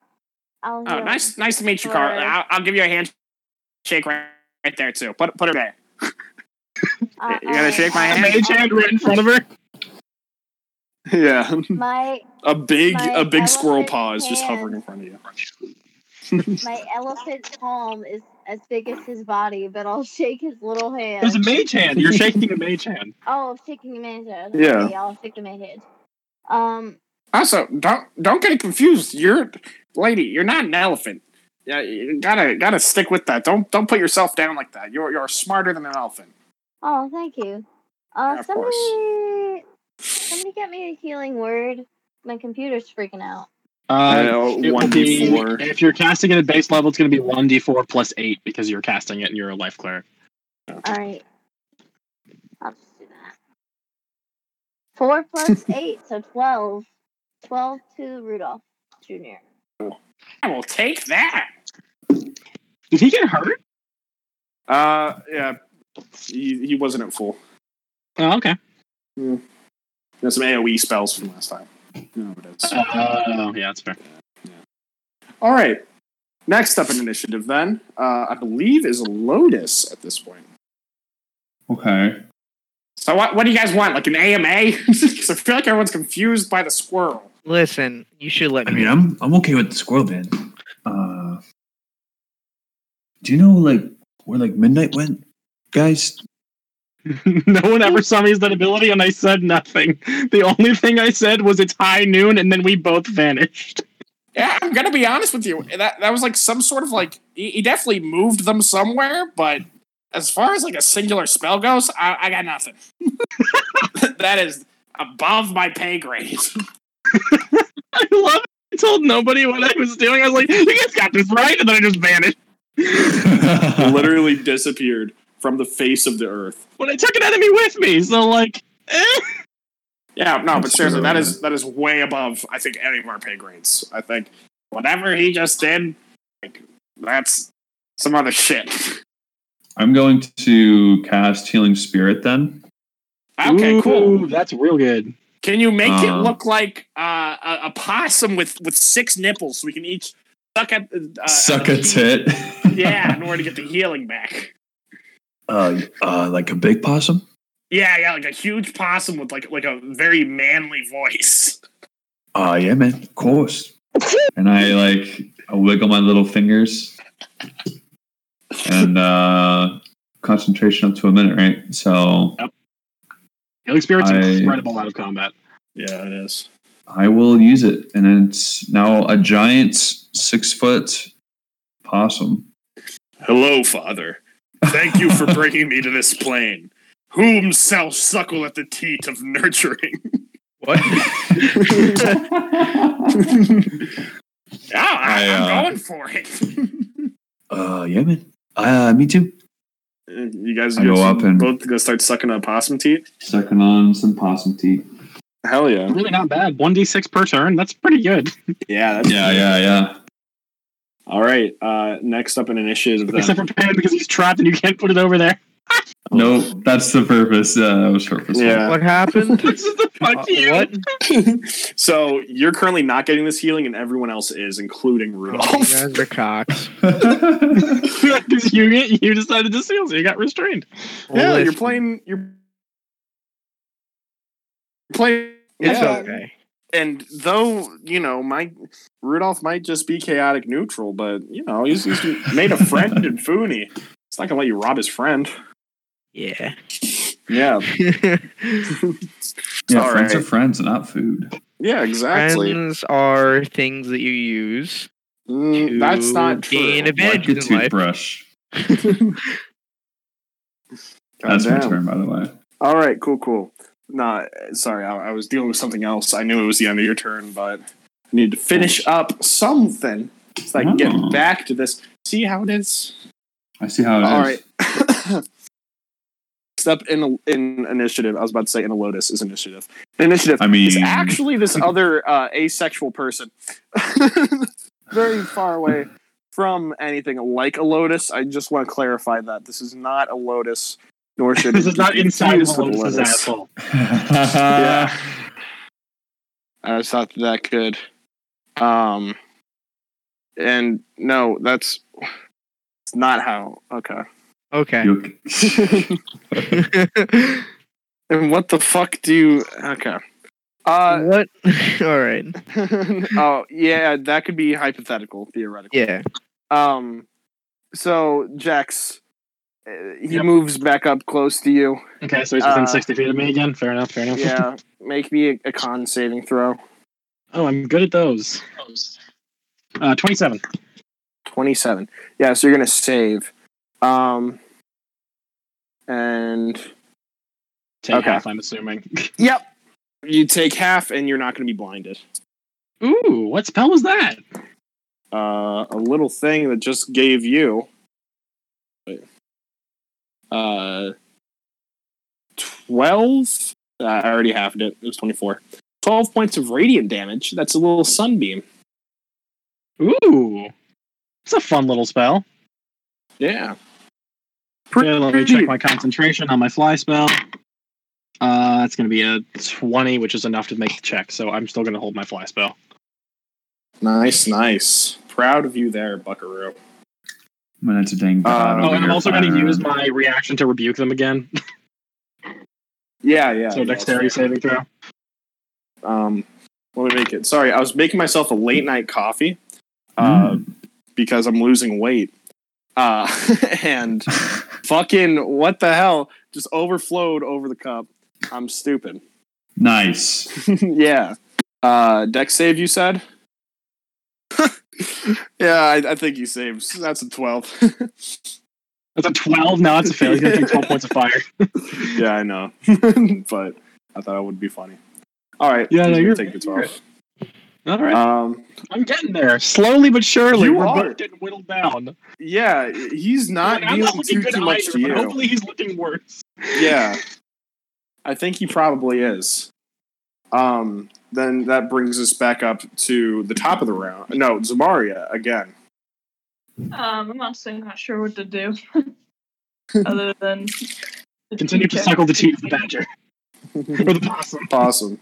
I'll heal. Oh, nice, nice to meet you, Carl. I'll, I'll give you a handshake right, right there too. Put, put her there. Uh, You gonna uh, shake my uh, A hand? mage hand right in front of her. Yeah. My A big, My a big squirrel elephant paw is just hand. hovering in front of you. my elephant palm is as big as his body, but I'll [laughs] shake his little There's a hand. mage hand. You're shaking a mage hand. Oh, I'm shaking my head. Yeah. Okay, I'll shake my head. Um, Also, don't don't get it confused. You're, lady, you're not an elephant. Yeah, you gotta gotta stick with that. Don't don't put yourself down like that. You're you're smarter than an elephant. oh, thank you. Yeah, Uh, of somebody, course. somebody get me a healing word. My computer's freaking out. Uh, it will be- 1d4. If you're casting it at base level, it's going to be one d4 plus eight because you're casting it and you're a life cleric. All right, I'll just do that. Four plus [laughs] eight, so twelve. Twelve to Rudolph Junior. I will take that. Did he get hurt? Uh, yeah, he, he wasn't at full. Oh, okay. There's some AOE spells from last time. No, but it's- Oh, yeah, that's fair. All right. Next up in initiative, then uh, I believe is Lotus at this point. Okay. So what? What do you guys want? Like an AMA? [laughs] 'Cause I feel like everyone's confused by the squirrel. Listen, you should let I me. mean, I'm I'm okay with the squirrel man. Uh, do you know like where like midnight went, guys? [laughs] no one ever summies that ability, and I said nothing. The only thing I said was it's high noon, and then we both vanished. [laughs] Yeah, I'm gonna be honest with you. That that was like some sort of like he, he definitely moved them somewhere, but as far as like a singular spell goes, I, I got nothing. [laughs] that is above my pay grade. I love it. I told nobody what I was doing. I was like, you guys got this right, and then I just vanished. [laughs] Literally disappeared from the face of the earth. But I took an enemy with me, so like, eh. Yeah, no, but That's seriously, true, that yeah. is that is way above I think any of our pay grades. I think whatever he just did, like that's some other shit. I'm going to cast Healing Spirit then. Okay, cool. Ooh, That's real good. Can you make it Um, look like uh, a, a possum with with six nipples? So we can each suck at uh, at Suck a the- tit. [laughs] Yeah, in order to get the healing back. Uh, uh, like a big possum? Yeah, yeah, like a huge possum with like like a very manly voice. Uh, yeah, man. Of [laughs] course. and I like I wiggle my little fingers. And uh concentration up to a minute, right? So Healing spirit's I- incredible out of combat. Yeah, it is. I will use it. And it's now a giant six foot possum. Hello, father. Thank you for bringing me to this plane. Whom shall suckle at the teat of nurturing? [laughs] What? Oh, I, I, uh, am going for it. Uh, yeah, man. Uh, me too. [laughs] [laughs] you guys I go up and- both gonna start sucking on possum teat? Sucking on some possum teeth. Hell yeah. Really not bad. One d six per turn. That's pretty good. Yeah, that's Yeah, yeah, yeah. all right. Uh next up in initiative then. Except for Pan because he's trapped and you can't put it over there. No, that's the purpose. Yeah, that was purposeful. yeah. [laughs] What happened? [laughs] this is the fuck Uh, you. what? so you're currently not getting this healing and everyone else is, including Oh, you Rudolph. guys are cocks. [laughs] Because you you decided to steal, so you got restrained. yeah, Listen, you're playing you're playing It's yeah. okay. and though you know my Rudolph might just be chaotic neutral, but you know he's, he's made a friend [laughs] in Fooney. It's not gonna let you rob his friend. Yeah. [laughs] Yeah, [laughs] yeah, All friends right. are friends, not food. yeah, exactly. Friends are things that you use. Mm, that's to not true. gain Like a advantages in life. toothbrush. That's my Goddamn. turn, by the way. All right, cool, cool. Nah, sorry, I, I was dealing with something else. I knew it was the end of your turn, but I need to finish up something so I can Oh. get back to this. See how it is. I see how it is. All right. [coughs] Step in in initiative. I was about to say in a lotus is initiative. Initiative. I mean- is actually this other uh, asexual person, [laughs] very far away from anything like a lotus. I just want to clarify that this is not a lotus, nor should it This is be not inside confused with a lotus. Lotus's Uh, asshole. [laughs] yeah. I just thought that could. Um, and no, that's it's not how. Okay. [laughs] Okay. You okay? [laughs] And what the fuck do you? Okay. Uh, what? [laughs] All [laughs] right. oh yeah, that could be hypothetical, theoretical. Yeah. Um, so Jax, uh, he Yep. moves back up close to you. Okay, so he's within Uh, sixty feet of me again. Fair enough. Fair enough. Yeah, make me a, a con saving throw. [laughs] Oh, I'm good at those. Uh, twenty-seven. Twenty-seven. Yeah, so you're gonna save. Um, and Take Okay. half, I'm assuming. [laughs] yep, you take half, and you're not gonna be blinded. Ooh, what spell was that? uh, a little thing that just gave you uh, 12 uh, i already halved it it was 24 12 points of radiant damage that's a little sunbeam Ooh, it's a fun little spell. yeah Yeah, let me check my concentration on my fly spell. Uh, it's gonna be a twenty, which is enough to make the check. So I'm still gonna hold my fly spell. nice nice proud of you there buckaroo Man, that's a dang god Uh, over Oh, and I'm here also gonna firing use around. my reaction to rebuke them again. yeah yeah so dexterity saving throw. um let me make it sorry i was making myself a late night coffee uh, Mm. because i'm losing weight uh [laughs] [laughs] and fucking what the hell just overflowed over the cup. I'm stupid. [laughs] Nice. yeah. Uh, deck save, you said? [laughs] yeah, I, I think he saves. That's a 12. That's a 12? No, that's a fail. He's going to take 12 points of [laughs] fire. [laughs] yeah, I know, [laughs] but I thought it would be funny. All right, Yeah, no, he's gonna you're- take the twelve. All right. Um, I'm getting there. Slowly but surely. You We're are. both getting whittled down. yeah, he's not Like, I'm dealing not looking too, good too much to either, but you. hopefully he's looking worse. yeah. I think he probably is. Um, then that brings us back up to the top of the round. No, Zamaria again. Um, I'm honestly not sure what [laughs] to do. Other than the Continue to teacher. suckle the teeth of [laughs] the badger. or the possum. Awesome.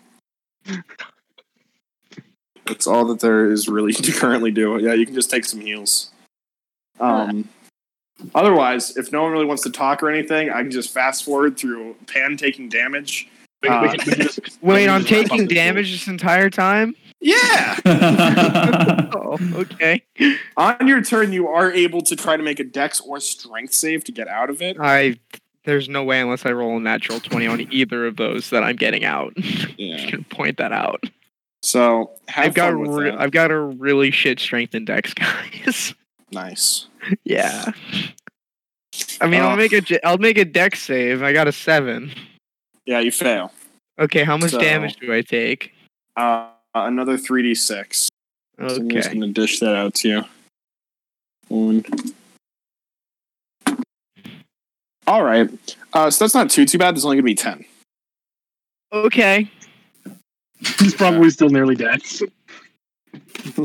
That's all that there is really [laughs] to currently do. Yeah, you can just take some heals. Um, otherwise, if no one really wants to talk or anything, I can just fast forward through Pan taking damage. We- Uh, we can- we can just- Wait, I'm just wrap up taking this damage this entire time? [laughs] Yeah! [laughs] Oh, okay. On your turn, you are able to try to make a dex or strength save to get out of it. I there's no way unless I roll a natural twenty on either of those that I'm getting out. [laughs] Yeah. Just gonna point that out. So have I've got fun with re- that. I've got a really shit strength index, [laughs] guys. nice. yeah. I mean, I'll Uh, make a j- I'll make a dex save. I got a seven. Yeah, you fail. Okay, how much So- damage do I take? Uh, another three d six. So I'm just Okay, gonna dish that out to you. One. All right. Uh, so that's not too too bad. There's only gonna be ten. okay. one. He's probably still nearly dead.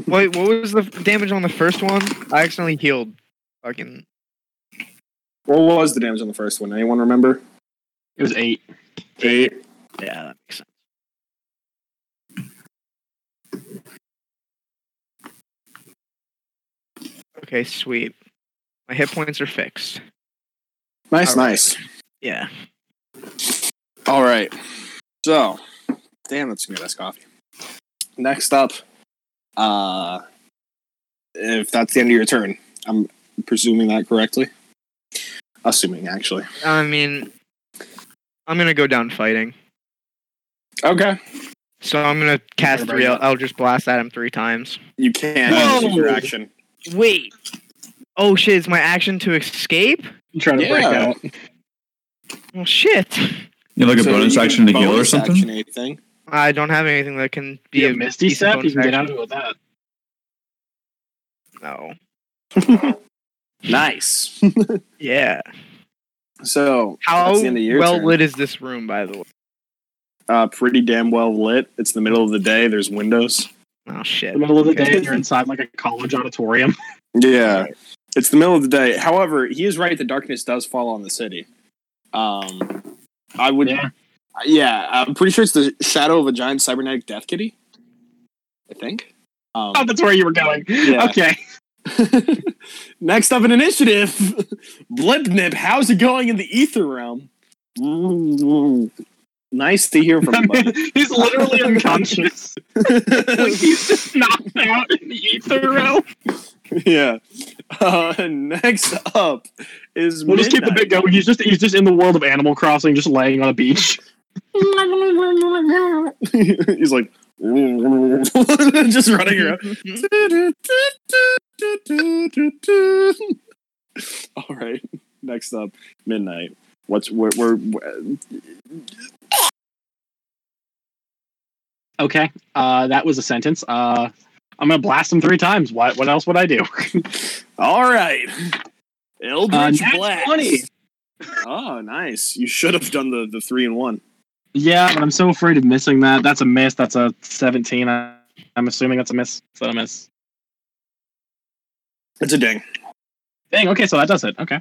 Wait, what was the f- damage on the first one? I accidentally healed. Fucking. What was the damage on the first one? Anyone remember? It was eight. Eight. Yeah, that makes sense. Okay, sweet. My hit points are fixed. Nice, All right. nice. Yeah. All right. So, damn, that's good. That's coffee. Next up, uh, if that's the end of your turn, I'm presuming that correctly. Assuming, actually. I mean, I'm gonna go down fighting. Okay. So I'm gonna cast Everybody three. up. I'll just blast at him three times. You can Whoa! use your action. Wait. Oh shit! It's my action to escape. I'm trying to break Yeah. out. Well, shit. You have like a So bonus you can action to heal or bonus something? action anything. I don't have anything that can be Be a a misty decent step. bonus You can get action. out of it with that. No. Nice. Yeah. So, How that's the end of your well turn. lit is this room, by the way? uh, pretty damn well lit. It's the middle of the day. There's windows. Oh shit. In the middle of the Okay. day, and you're inside like a college auditorium. [laughs] Yeah. It's the middle of the day. However, he is right. The darkness does fall on the city. Um, I would. Yeah. Yeah. I'm pretty sure it's the shadow of a giant cybernetic death kitty. I think. Um, Oh, that's where you were going. Yeah. Okay. [laughs] next up in initiative, Blipnip. How's it going in the ether realm? Nice to hear from you. buddy. he's [laughs] literally unconscious. Like, he's just knocked out in the ether realm. [laughs] yeah. Uh, next up is We'll just keep the Midnight. bit going. He's just he's just in the world of Animal Crossing, just laying on a beach. [laughs] He's like just running around. [laughs] All right. Next up, midnight. What's we're, we're, we're- Okay. Uh, that was a sentence. Uh, I'm gonna blast him three times. What what else would I do? [laughs] all right? Uh, Eldritch nat blast. 20. Oh, nice. You should have done the the three and one. Yeah, but I'm so afraid of missing that. That's a miss. That's a 17. I, I'm assuming that's a miss. Is that a miss? It's a ding. Dang. Okay, so that does it. Okay.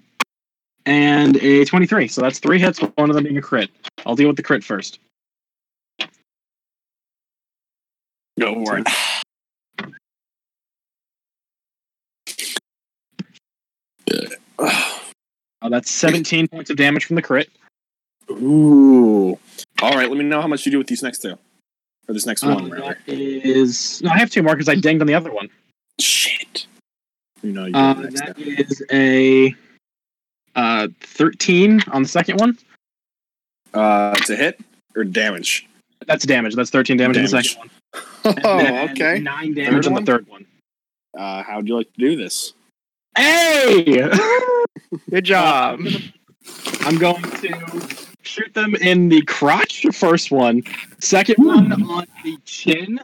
And a 23. So that's three hits, one of them being a crit. I'll deal with the crit first. Go for it. [sighs] Uh, that's 17 points of damage from the crit. Ooh. All right. Let me know how much you do with these next two, or this next Uh, one. rather. that is no, I have two more because I dinged on the other one. Shit. You know, you Uh, did [laughs] next that is a uh, 13 on the second one. time. uh, to hit or damage. That's damage. That's 13 damage, on the Damage. second one. [laughs] And then Nine Third damage on the one? third one. Uh, how would you like to do this? Hey! [laughs] [laughs] Good job. I'm going to shoot them in the crotch, first one, second Hmm. one on the chin,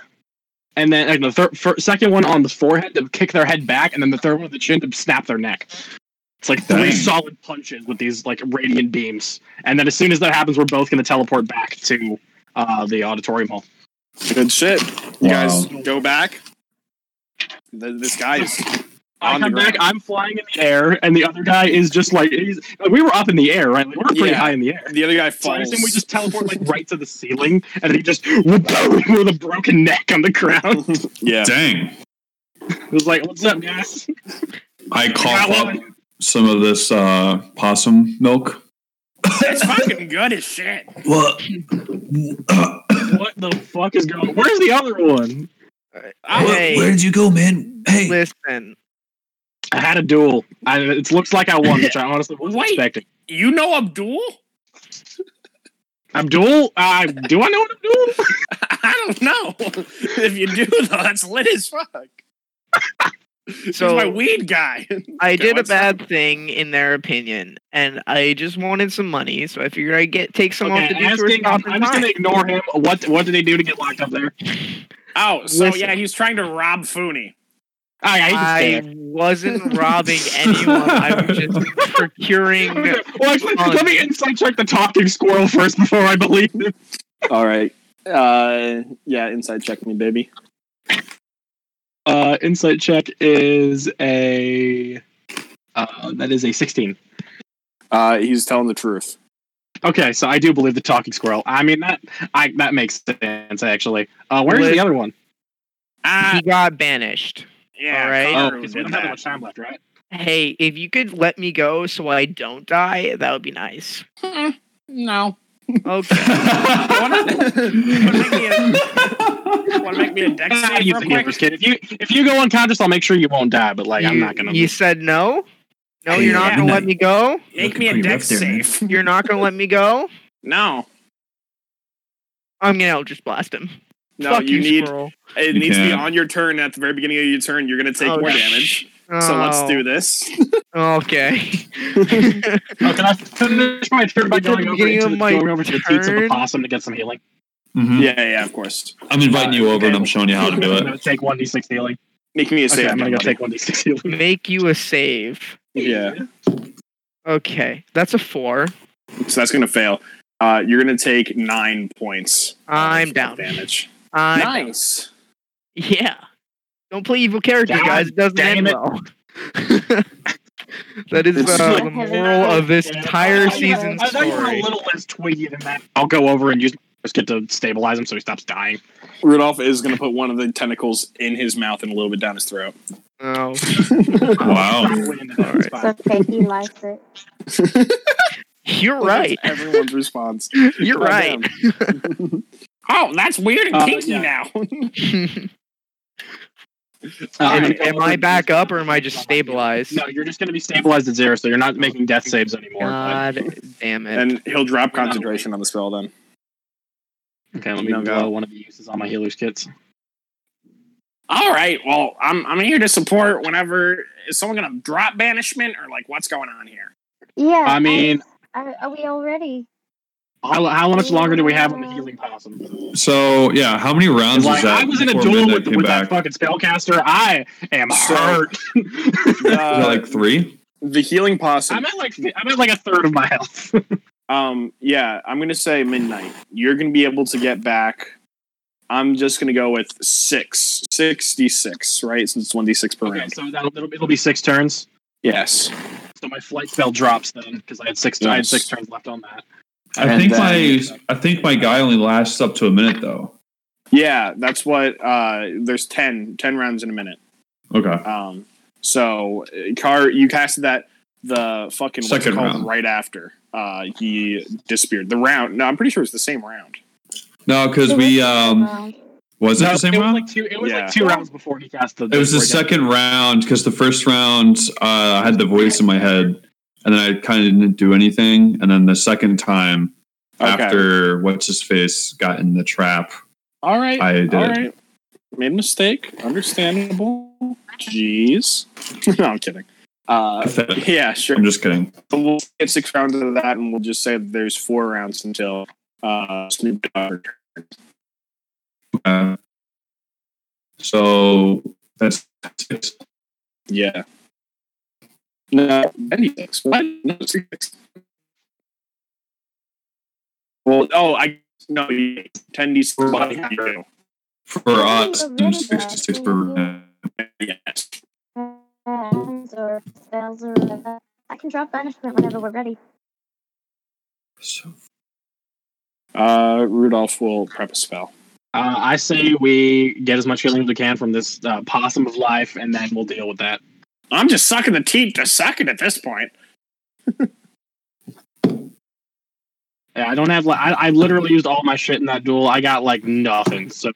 and then uh, no, thir- fir- second one on the forehead to kick their head back, and then the third one on the chin to snap their neck. It's like three Dang. solid punches with these like radiant beams, and then as soon as that happens, we're both going to teleport back to uh, the auditorium hall. Good shit. You guys Wow. go back. Th- This guy is I On the come back, ground. I'm flying in the air, and the other guy is just like he's, we were up in the air, right? Like, we were pretty Yeah. high in the air. the other guy So I falls. assume we just teleport [laughs] like right to the ceiling, and he just [laughs] with a broken neck on the ground. [laughs] yeah. [laughs] Dang. It was like, "What's up, guys?" I cough up some of this uh, possum milk. That's [laughs] fucking good as shit. What? What the fuck is going? Where's the other one? Hey. Where did you go, man? Hey, [laughs] Listen, I had a duel. I, it looks like I won, which I honestly wasn't Wait. expecting. You know Abdul? [laughs] Abdul, uh, do I know what I'm [laughs] doing? I don't know. [laughs] if you do, [laughs] though, that's lit as fuck. He's So- my weed guy. I did a what's bad thing in their opinion, and I just wanted some money, so I figured I'd get take some off the Okay, detour asking, stop I'm, in I'm just time. gonna ignore him. What What did they do to get locked up there? [laughs] Oh, so Listen. yeah, he's trying to rob Fooney. I, I, I wasn't robbing anyone. I was [laughs] just procuring. Okay, Well, actually, let me insight check the talking squirrel [laughs] first before I believe him. All right. Uh, yeah, inside check me, baby. Uh, insight check is a uh, that is a sixteen. Uh, he's telling the truth. Okay, so I do believe the talking squirrel. I mean that I that makes sense actually. Uh, where's Lit- the other one? Ah, He got banished. yeah. all right. Connor Oh, was because we in don't have that that. much time left, right? Hey, if you could let me go so I don't die, that would be nice. No. Okay. [laughs] Want to make me a deck Ah, save you real the quick? giver's kid. If you if you go unconscious, I'll make sure you won't die. But like, I'm You- not gonna. You said no. No, you're not Yeah. gonna let me go. Make me a Looking pretty deck rough there, man. save. You're not gonna let me go. No. I'm gonna just blast him. No, Fuck you need Squirrel. it You needs to be can't. on your turn at the very beginning of your turn. You're gonna take Oh, more sh- damage. So let's Oh, do this. Okay. [laughs] Oh, can I finish my turn by At the going over, beginning into of the, my going over to the teats of the turn- possum to get some healing? Mhm. yeah, yeah, of course. I'm inviting you Uh, over and I'm showing you how to do I'm [laughs] it. gonna take one d six healing. Make me a Okay, save. I'm gonna go buddy. take one d six healing. Make you a save. yeah. Okay, that's a four. So that's gonna fail. Uh, you're gonna take nine points. uh, I'm of down. Damage. I'm down. nice. Yeah. Don't play evil characters, God guys. It doesn't damn end it. well. [laughs] that is It's uh, like- the moral of this entire season I thought you were a story. little less twiggy than that. I'll go over and use just get to stabilize him so he stops dying. Rudolph is gonna put one of the tentacles in his mouth and a little bit down his throat. Oh. Wow. Probably into that, it's So fine. Peggy likes it. You're right. That's everyone's response. [laughs] You're right. [laughs] Oh, that's weird and Uh, kinky now. [laughs] I'm am, gonna am go I over back and- up or am I just stabilized? No, you're just going to be stabilized at zero, so you're not making death saves anymore. but- God damn it. and he'll drop concentration on the spell then. okay, let me No, blow go. one of the uses on my healer's kits. All right. Well, I'm I'm here to support. Whenever is someone gonna drop banishment or like what's going on [laughs] here? Yeah. I mean, are, are we all ready? how, how much longer do we have on the healing possum? So yeah, how many rounds was Like, that? I was in a before duel midnight with, came with back? that fucking spellcaster. I am So- hurt. Was that like three? Uh, the healing possum. I'm at like I'm at like a third of my health. [laughs] Um, yeah, I'm gonna say midnight. You're gonna be able to get back. I'm just gonna go with six, six d six, right? Since it's one d six per okay, round. so that'll it'll, it'll be six turns. Yes. So my flight spell drops then because I had six. I had six turns left on that. I And think then- my I think my guy only lasts up to a minute though. Yeah, that's what. Uh, there's 10, 10 rounds in a minute. Okay. Um, so uh, car, you casted that the fucking what's it Second called round. right after uh, he disappeared. The round. No, I'm pretty sure it's the same round. No, because we um was it No, the same it round? Was like two, it was Yeah. like two rounds before he cast the. It was the before he second round because the first round uh, I had the voice in my head, and then I kind of didn't do anything. And then the second time Okay. after what's his face got in the trap, All right. I did. All right. Made a mistake. Understandable. Jeez. [laughs] no, I'm kidding. Uh, Pathetic. yeah, sure. I'm just kidding. So we'll get six rounds of that, and we'll just say that there's four rounds until uh, Snoop Dogg. returns. Uh, so that's six. Yeah. No, anything. What? No, six. Well, oh, I no, ten d six body. count. for us. Oh, really Six to six per. Yes. Hands or spells or whatever. I can drop banishment whenever we're ready. So Uh, Rudolph will prep a spell. Uh, I say we get as much healing as we can from this uh, possum of life, and then we'll deal with that. I'm just sucking the teeth to suck it at this point. Yeah, I don't have. Like, I, I literally used all my shit in that duel. I got like nothing, so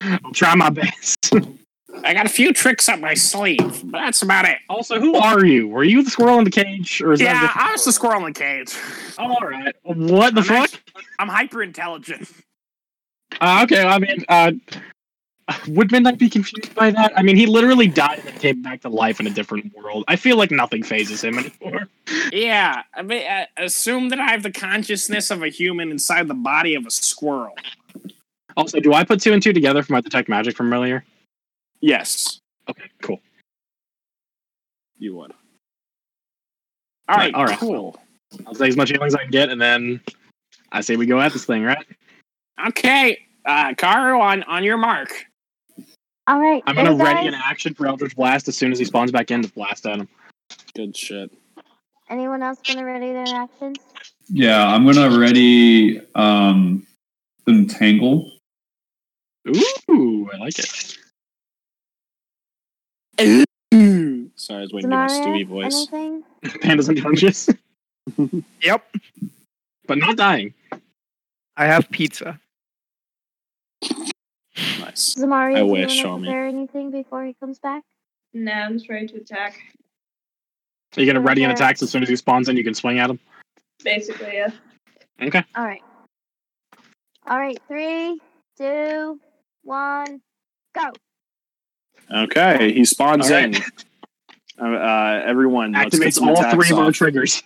I'll try my best. [laughs] I got a few tricks up my sleeve, but that's about it. also, who are you? Were you the squirrel in the cage, or is that? a Yeah, different I was the squirrel in the cage. squirrel? All right. What the I'm fuck? I'm hyper intelligent. Uh, okay, I mean, uh, would Midnight be confused by that? I mean, he literally died and then came back to life in a different world. I feel like nothing phases him anymore. [laughs] Yeah, I mean, uh, assume that I have the consciousness of a human inside the body of a squirrel. Also, do I put two and two together for my detect magic from earlier? Yes, Okay, cool. you would. All right, All right. cool. I'll take as much healing as I can get, and then I say we go at this thing, right? Okay, uh, Karu, on on your mark. All right. I'm gonna hey, ready guys. an action for Eldritch Blast as soon as he spawns back in to blast at him. Good shit. Anyone else gonna ready their actions? yeah, I'm gonna ready um, entangle. Ooh, I like it. [clears throat] [laughs] Sorry, I was waiting for my Stewie Demaria, voice. anything? Panda's unconscious, Yep. but not dying. I have pizza. Nice. Zamaria, I do you wish, wanna Shami. prepare anything before he comes back? No, I'm just ready to attack. Are you gonna ready an Okay. attack as soon as he spawns in? You can swing at him. Basically, yeah. Okay. All right. All right. Three, two, one, go. Okay, he spawns All right. in. Uh, uh, everyone let's get Activates some all attacks three of our off. triggers.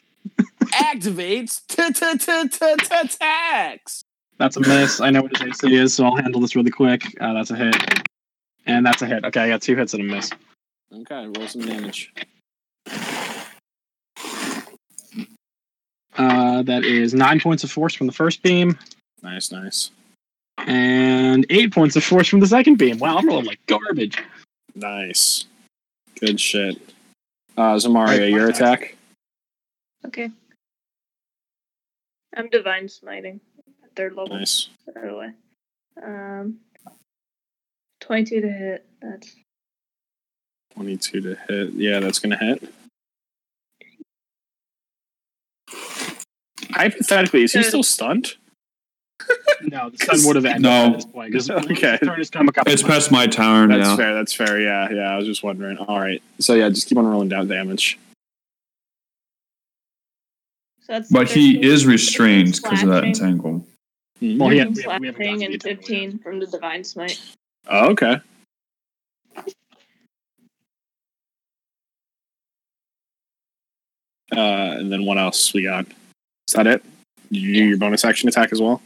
Activates t t t t t attacks. That's a miss. I know what his AC is, so I'll handle this really quick. Uh, that's a hit. And that's a hit. Okay, I got two hits and a miss. Okay, roll some damage. Uh, that is nine points of force from the first beam Nice, nice, and eight points of force from the second beam. Wow, I'm rolling like garbage. nice. Good shit. Uh, Zamaria, your attack. Okay. I'm divine smiting at third level. Nice. By the way. Um, 22 to hit. That's Twenty-two to hit. Yeah, that's gonna hit. Hypothetically, is he still stunned? No, the sun would have ended No. at this point because Okay. turn has come a couple It's past my turn That's now. fair. That's fair. Yeah, yeah. I was just wondering. All right. So yeah, just keep on rolling down damage. so that's. But he 13 is restrained because of that slashing. entangle. Mm-hmm. Well, yeah, we, haven't- we haven't gotten Slashing to and the attack yet. 15 from the divine smite. Oh, okay. Uh, and then what else we got? Is that it? Did you do your bonus action attack as well?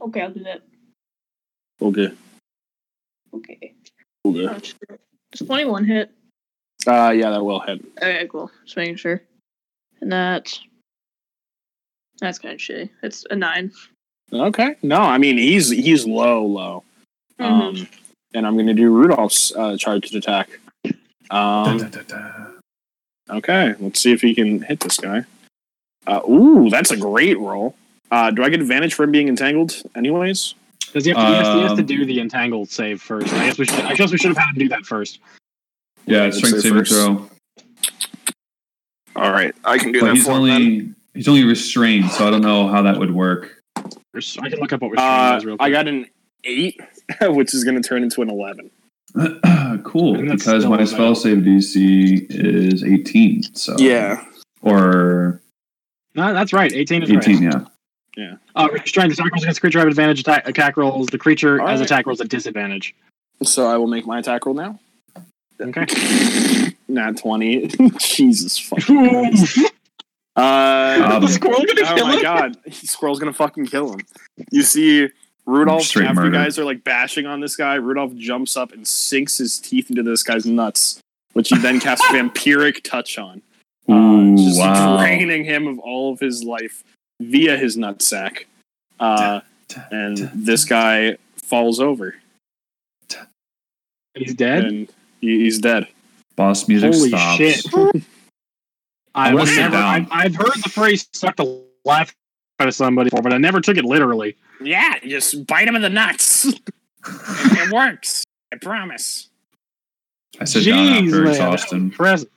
Okay, I'll do that. Okay. Okay. Okay. Oh, shit. Does 21 hit? Uh, yeah, that will hit. Okay, cool. Just making sure. And that's. That's kind of shitty. It's a 9. Okay. No, I mean he's he's low, low. Mm-hmm. Um, and I'm gonna do Rudolph's uh, charged attack. Um, Okay, let's see if he can hit this guy. Uh, ooh, that's a great roll. Uh, do I get advantage for him being entangled, anyways? Does he have to, yes, he has to Um, do the entangled save first? I guess we should. I guess we should have had him do that first. Yeah, Yeah, it's strength let's say saving first. throw. All right, I can do But he's only he's only restrained, so I don't know how that would work. [clears throat] Res- I can look up what restraint Uh, is real quick. I got an eight, [laughs] which is going to turn into an eleven. cool, And that's because still my about- spell save DC is 18. So or no, that's right. Eighteen is 18. right. [laughs] Yeah, Uh, restrained attack rolls against the creature have advantage. Attack, attack rolls. The creature All has right. attack rolls at disadvantage. So I will make my attack roll now. Okay. not 20. [laughs] Jesus [laughs] fucking Mm-hmm. Christ. Uh, Um, squirrel gonna oh my god, [laughs] Squirrel's gonna fucking kill him. You see, Rudolph. Straight after murder. you guys are like bashing on this guy, Rudolph jumps up and sinks his teeth into this guy's nuts, which he then casts vampiric touch on, uh, Ooh, just wow. draining him of all of his life via his nutsack. Uh, and this guy falls over He's dead. and he- he's dead. Boss music Holy stops. shit. I I wanna was sit never. down. I've, I've heard the phrase "suck the life out of somebody" before, but I never took it literally. Yeah, you just bite him in the nuts. it works. I promise. I sit down after man, that was exhaustion. impressive.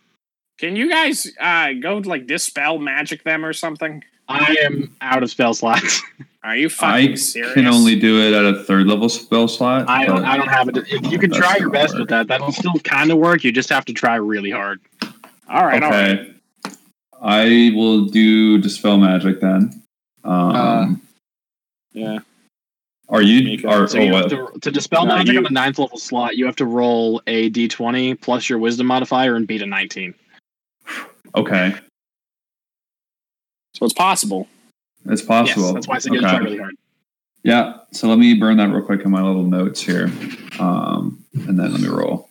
Can you guys uh, go like dispel magic them or something? I am out of spell slots. [laughs] Are you fucking I serious? can only do it at a third level spell slot. I don't. but- I don't have it. If you can That's try your gonna best work. with that, that'll still kind of work. You just have to try really hard. All right, all right. Okay. I will do dispel magic then. Um, Uh, Yeah. are you? Mika. Are, So oh, you what? have to, to dispel No, magic you- on the ninth level slot, you have to roll a d20 plus your wisdom modifier and beat a 19. okay, So it's possible. it's possible. Yes, that's why I said you have to okay. try really hard. Yeah. So let me burn that real quick in my little notes here, um, and then let me roll.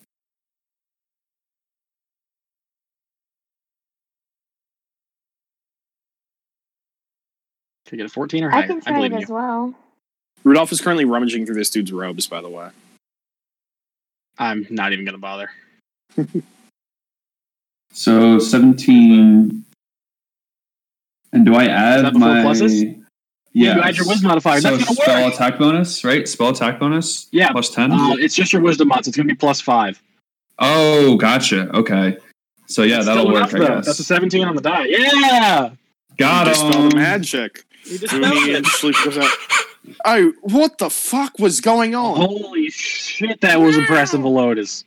Could you get a 14 or higher. I I, can try believe it in you. as well. Rudolph is currently rummaging through this dude's robes, by the way. I'm not even gonna bother. So seventeen. And do I Is add that before my? pluses? Yeah. You add your wisdom modifier. So that's spell gonna work. attack bonus, right? Spell attack bonus. Yeah. Plus ten. Uh, it's just your wisdom mod, so it's gonna be plus five. oh, gotcha. Okay. So yeah, It's that'll still work. enough, I though. guess. That's a 17 on the die. Yeah. Got Dispel the him. magic. You Mooney and Sleep goes out. Oh, what the fuck was going Oh. on? Holy shit, that was impressive, Velotis.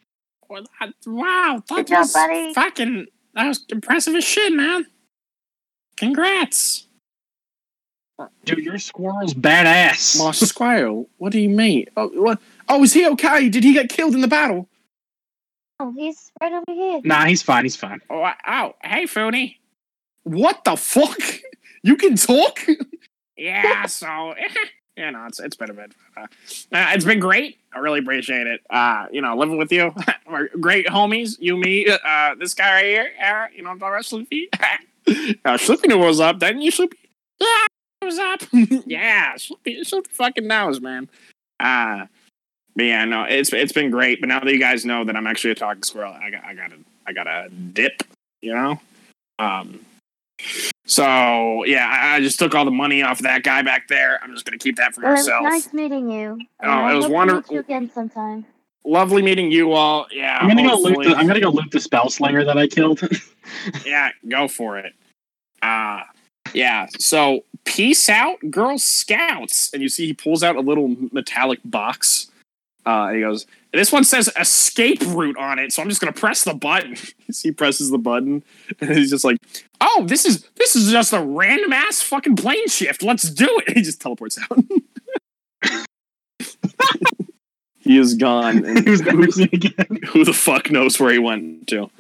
Well, that- wow, that Good job, was buddy. fucking that was impressive as shit, man. Congrats, Dude, your squirrel's badass. My [laughs] squirrel. What do you mean? Oh, what? Oh, is he okay? Did he get killed in the battle? Oh, he's right over here. Nah, he's fine. He's fine. Oh, I- oh hey, Foodie. What the fuck? [laughs] You can talk? Yeah, so [laughs] you know, it's it's been a bit. Uh, uh, it's been great. I really appreciate it. Uh, you know, living with you, [laughs] We're great homies. You, me, uh, this guy right here. Uh, you know, the rest of Sloopy. [laughs] uh, Sloopy knew what was up, didn't you, Sloopy? [laughs] Yeah, it was up. [laughs] yeah, Sloopy, Sloopy fucking knows, man. Uh, but yeah, no, it's it's been great. But now that you guys know that I'm actually a talking squirrel, I got I gotta I gotta dip. You know, um. So yeah, I, I just took all the money off that guy back there. I'm just gonna keep that for Well, it was myself. nice meeting you. Oh, I it was hope to wonder- meet you again sometime. Lovely meeting you all. Yeah, I'm gonna go loot. hopefully- The, I'm gonna go loot the spell slinger that I killed. [laughs] yeah, go for it. Uh yeah. So peace out, Girl Scouts. And you see he pulls out a little metallic box. Uh, and he goes, this one says escape route on it, so I'm just gonna press the button. [laughs] he presses the button, [laughs] and he's just like, Oh, this is this is just a random ass fucking plane shift. Let's do it. [laughs] he just teleports out. [laughs] he is gone, and Who's never seen again? who the fuck knows where he went to?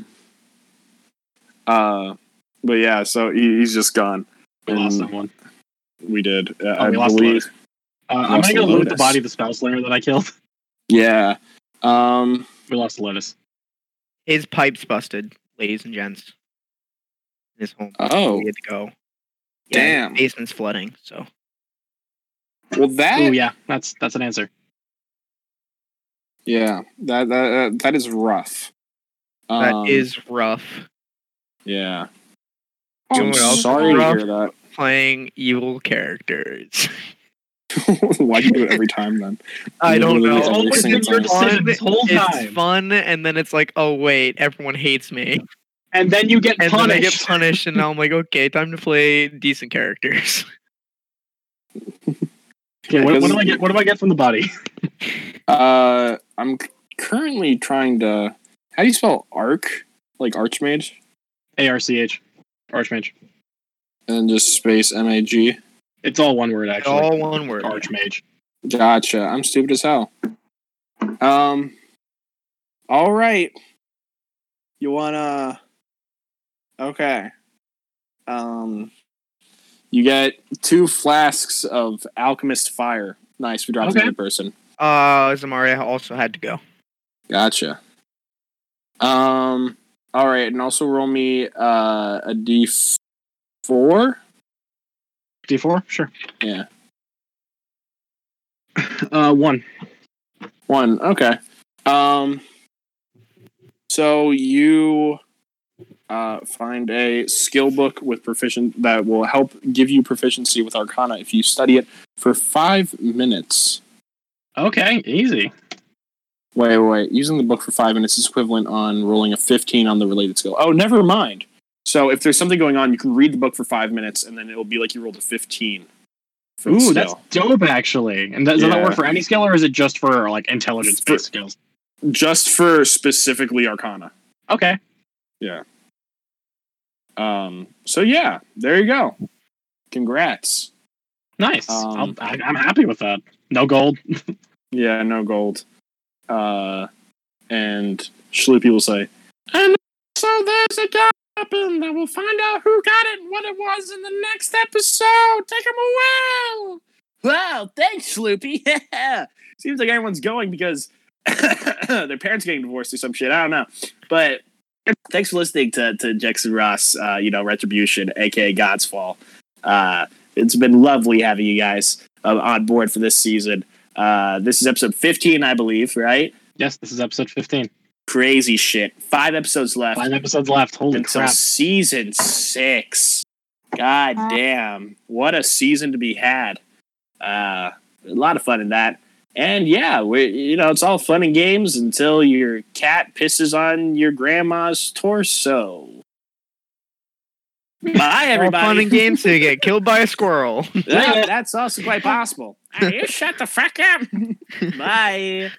Uh, but yeah, so he, he's just gone. We lost Mm. someone. We did. Uh, Oh, I we lost believe. Lotus. Uh, I'm Lost gonna go loot the Lotus. body of the spell slinger that I killed. [laughs] Yeah. Um. We lost Lotus. His pipe's busted, ladies and gents. In his home. Oh. We had to go. Damn. his basement's flooding, so. Well, that. Oh yeah, that's that's an answer. Yeah. That that that- that is rough. Um, that is rough. Yeah. Oh, You I'm know what else is sorry to rough? hear that. Playing evil characters. [laughs] [laughs] Why do you do it every time then? I don't Literally know. every Always single been your time. decision this whole It's time. fun, and then it's like, oh wait, everyone hates me, And then you get and then I get punished. punished, and now I'm like, okay, time to play decent characters. [laughs] Okay, what, what do I because- get? What do I get from the body? [laughs] Uh, I'm c- currently trying to. How do you spell arc? Like archmage, A R C H, Archmage. and just space M A G. It's all one word actually. All one word. Archmage. Gotcha. I'm stupid as hell. Um. All right. You wanna? Okay. Um, you get two flasks of alchemist fire. Nice, we dropped Okay. another person. Uh, Zamaria also had to go. Gotcha. Um. All right, and also roll me uh, a d four. D4? Sure. Yeah. Uh, one. One. Okay. Um. So you uh, find a skill book with proficient that will help give you proficiency with Arcana if you study it for five minutes. Okay, easy. Wait, wait, wait. Using the book for five minutes is equivalent on rolling a 15 on the related skill. Oh, never mind. So if there's something going on, you can read the book for five minutes, and then it'll be like you rolled a 15. for the Ooh, skill. that's dope, actually. And that, does that Yeah. work for any skill, or is it just for like intelligence For- based skills? just for specifically Arcana. Okay. Um, so yeah, there you go. Congrats. Nice. I'll, Um, I, I'm happy with that. No gold. Yeah, no gold. Uh, and Shloopy will say, and so there's a dog weapon that will find out who got it and what it was in the next episode. Take him away. Wow, thanks, [laughs] Shloopy. Seems like everyone's going because [coughs] their parents are getting divorced or some shit. I don't know. But thanks for listening to, to Jackson Ross, uh, you know, Retribution, aka God's Fall. Uh, it's been lovely having you guys uh, on board for this season. Uh, this is episode 15, I believe, right? Yes, this is episode 15. Crazy shit. Five episodes left Five episodes left. Holy until crap. season six. God damn. What a season to be had. Uh, a lot of fun in that. And yeah, we you know, it's all fun and games until your cat pisses on your grandma's torso. Bye, All everybody. fun [laughs] and games till you get killed by a squirrel. Yeah, that's also quite possible. Hey, you shut the fuck up. Bye.